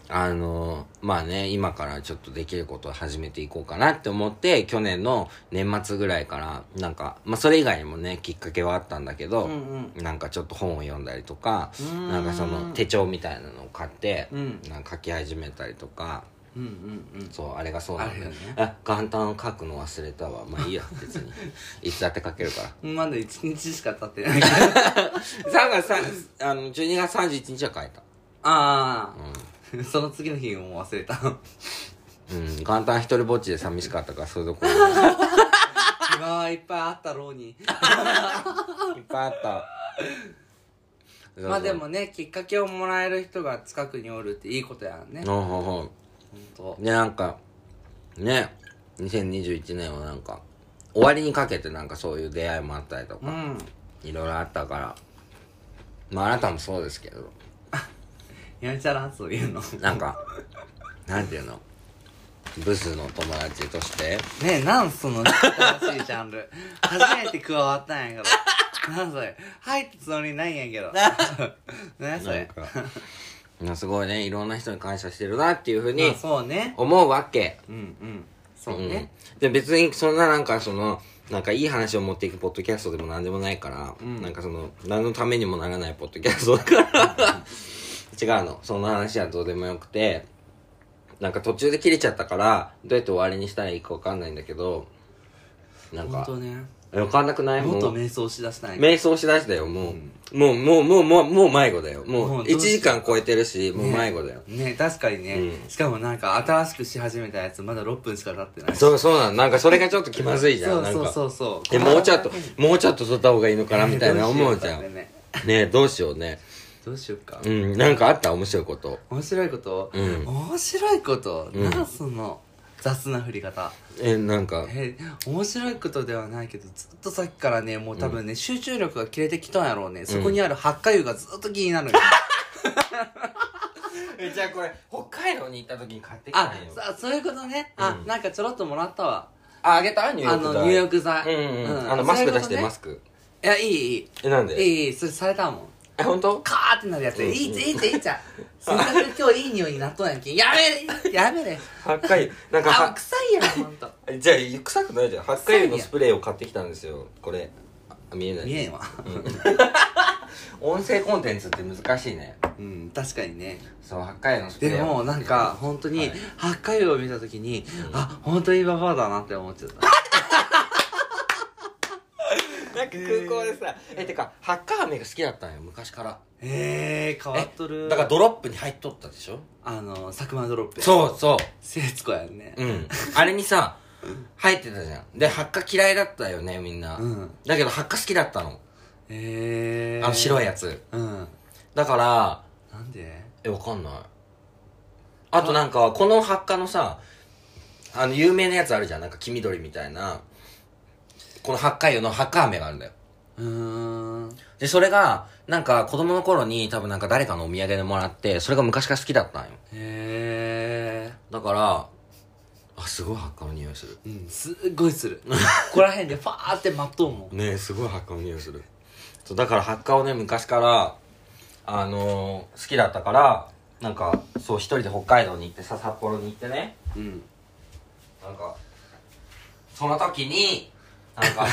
あのまあね今からちょっとできることを始めていこうかなって思って去年の年末ぐらいからなんか、まあ、それ以外にもねきっかけはあったんだけど、
うんうん
なんかちょっと本を読んだりとか
うん
なんかその手帳みたいなのを買って、
うん
なんか書き始めたりとか。
うんうんうん
そうあれがそうなんだよね
あ
あ元旦書くの忘れたわまあいいや別
<laughs>
にいつだって書けるから
まだ1日しか経って
<laughs>
ない
3月3あの12月31日は書いた
ああ、その次の日も忘
<laughs>
れた
うん元旦一人ぼっちで寂しかったからそういうとこ
わあいっぱいあったろうに
いっぱいあった
まあでもねきっかけをもらえる人が近くにおるっていいことやね
うんほんほん
ほんと
でなんかね2021年はなんか終わりにかけてなんかそういう出会いもあったりと
う
か
ん
いろいろあったからまああなたもそうですけど
やんちゃらんそういうのね
なんか、なんていうのブスの友達として、
えなんその新しいジャンル初めて加わったんやけどなんそれ入ったつもりないんやけどなんそ
なん
れ
か、いやすごいね、いろんな人に感謝してるなっていうふう
まあ
に
そうね
思うわけ。
うんうんそうね、
うんで、別にそんななんかその、なんかいい話を持っていくポッドキャストでも何でもないから、
うん
なんかその、何のためにもならないポッドキャストだ
<laughs>
から、違うの。その話はどうでもよくて、なんか途中で切れちゃったから、どうやって終わりにしたらいいかわかんないんだけど、なん
ほん
か、
とね
わかんなくない
もっ
もう
と瞑想しだしたんやけど
瞑想しだしたよもう、もうもうもうもうもう迷子だよも
も
う
う
1
どうし
時間超えてるしもう迷子だよ、
ね確かにね、
う
しかもなんか新しくし始めたやつまだ6分しか経ってない
そうそうなんなんかそれがちょっと気まずいじゃ
そ
ん
う
なん
そう
か
そうそう
えもうちょっともうちょっと撮った方がいいのかなみたいな思うじゃん
ど
ね
しよかね
えどうしようね
どうしようか
うんなんかあった面白いこと
面白いこと、
うん
面白いこと、
うん
なんその雑な振り方
えなんか
え面白いことではないけどずっとさっきからねもう多分ね、集中力が切れてきたんやろうね、そこにある八花湯がずっと気になる
えじゃあこれ北海道に行った時に買って
あさそういうことねあ、なんかちょろっともらったわ
ああげた入
あの入浴剤
うんうん、あのマスク出して、マ
ス
スク
いやいいいい
えなんで
いいいいそれされたもん
え本当
カーってなるやつ、いいぜいいぜいいじゃんせっかく今日いい匂いになっとんやんけんやめれやめれ
八回なんか
あ
は
臭いやんほんと
じゃあ臭くないじゃん八回のスプレーを買ってきたんですよこれあ見えない
見えんわ
音声コンテンツって難しいね
うん確かにね
そう八回のスプレー
でもなんか本当に八回を見た時に、あ本当にババアだなって思っちゃった
なんか空港でさえてかハッカー飴が好きだったんよ昔から
<laughs> えー、変わっとる
だからドロップに入っとったでしょ
あの佐久間ドロップう
そうそ
聖子やんね
ううんあれにさ入ってたじゃんでハッカー嫌いだったよねみんな、
うん
だけどハッカー好きだったの
ええー、
あの白
い
いやつ
うん
だから
なんで
えわかんないあとなんかこのハッカのさあの有名なやつあるじゃんなんか黄緑みたいなこのハッカ油のハッカ飴があるんだよ
うーん
で、それが、なんか子供の頃に多分なんか誰かのお土産でもらって、それが昔から好きだったんよ。
え
だから、あ、すごい発火の匂いする。
えー、うんすっごいす <laughs> るここら辺でファーって待っとうもん
ねえ、すごい発火の匂いする。そう、だから発火をね、昔から、あのー好きだったから、なんか、そう、一人で北海道に行ってさ、札幌に行ってね、
うん
なんか、その時に、なんか、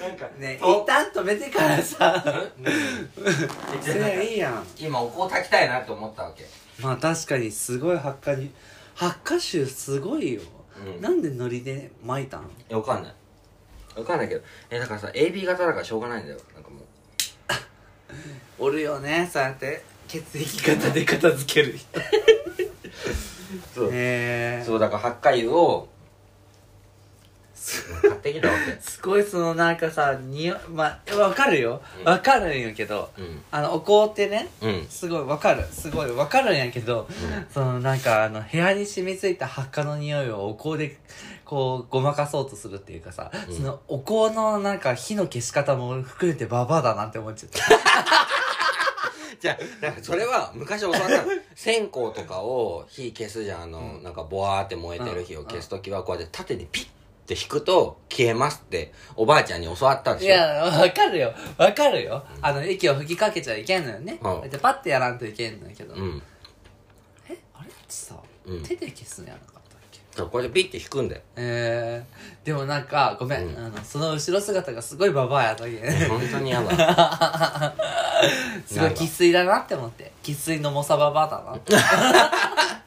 なんか
ね
お
一旦止めてから <laughs> さ
え
せいいやん
今お香炊きたいなって思ったわけ。
まあ確かにすごい発火に発火臭すごいよ、
うん
なんでノリで巻いたん
いやわかんないわかんないけどえだからさ AB 型だからしょうがないんだよなんかもう
おるよねそうやって
血液
方で片付ける人
そう,、
え
そうだから八回を買ってきたわけ
すごいそのなんかさにおまあわかるよ
うん
わかるんやけど
うん
あのお香ってね
うん
すごいわかるすごいわかるんやけど、そのなんかあの部屋に染みついた発火の匂いをお香でこうごまかそうとするっていうかさ、
うん
そのお香のなんか火の消し方も含めてババアだなって思っちゃった
じゃあだからそれは昔教わったの線香とかを火消すじゃんあの、なんかボワーって燃えてる火を消す時はこうやって縦にピッて引くと消えますっておばあちゃんに教わったでしょ
いや、わかるよ。わかるよ。あの、息を吹きかけちゃいけんのよね。
うん
こうやってパッてやらんといけんのやけど。
うん
え、あれってさ、
うん
手で消すんやなかったっけ
そうこれでピッて引くんだよ
えー、でもなんか、ごめん。
うん
あの、その後ろ姿がすごいババアやったけ
<laughs>
ね。
本当にやだ
すごい生粋だなって思って。生粋のモサババアだなって。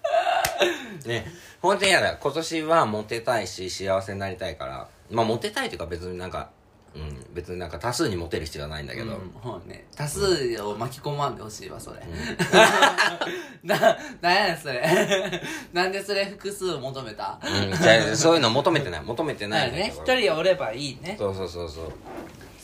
ね本当にやだ今年はモテたいし幸せになりたいからまあモテたいというか別になんかうん別になんか多数にモテる必要はないんだけ
う
ど、
ん、ほうね。多数を巻き込まんでほしいわ、それ。 <laughs> な、なんやねん、それ。 <laughs> なんでそれ複数を求めた
うんじゃあそういうの求めてない求めて
な
ないい
<laughs> ね。一
だけど
人おればいいね。
そうそうそうそう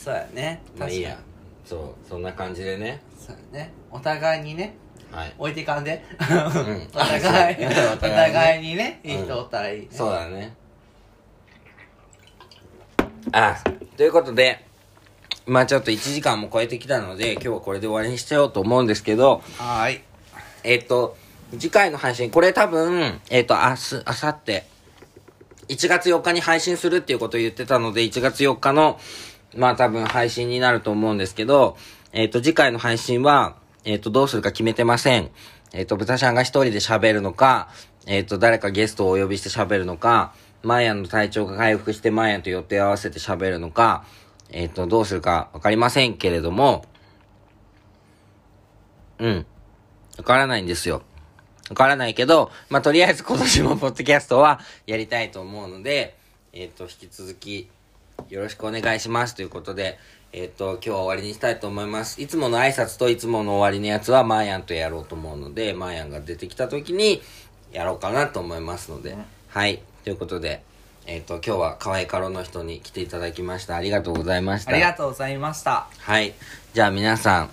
そうやね。
まあいいや
確かに
そうそんな感じでね
そうだねお互いにね
はい
置いていかんで、
ん
<laughs> お互い
あ
お <laughs>
そうお互いね
互いにね
うん
いい人おったらいい、ね
そうだねあということでまあちょっと1時間も超えてきたので今日はこれで終わりにしちゃおうと思うんですけど
はーい
えっ、と、次回の配信、これ多分、えっ、と、明日、明後日、1月4日に配信するっていうことを言ってたので、1月4日の、まあ多分配信になると思うんですけど、えっ、と、次回の配信は、えっ、と、どうするか決めてません。えっ、と、豚ちゃんが一人で喋るのか、えっ、と、誰かゲストをお呼びして喋るのか、マーヤンの体調が回復してマーヤンと予定を合わせて喋るのか、えっ、と、どうするかわかりませんけれども、うん。わからないんですよ。わからないけど、まあ、とりあえず今年もポ <laughs> ッドキャストはやりたいと思うので、えっ、と、引き続きよろしくお願いしますということで、えっ、と、今日は終わりにしたいと思います。いつもの挨拶といつもの終わりのやつは、マーヤンとやろうと思うので、マーヤンが出てきた時にやろうかなと思いますので、はい。ということで、えっ、と、今日は可愛いカロの人に来ていただきました。ありがとうございました。
ありがとうございました
はい。じゃあ皆さん、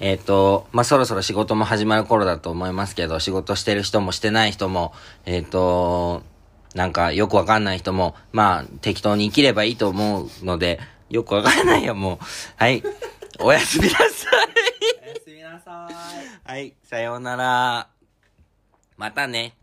えっ、と、まあ、そろそろ仕事も始まる頃だと思いますけど、仕事してる人もしてない人も、えっ、と、なんかよくわかんない人も、まあ、適当に生きればいいと思うので、よくわかんないよ、もう。はい。おやすみなさい。
おやすみなさーい
はい。さようなら。またね。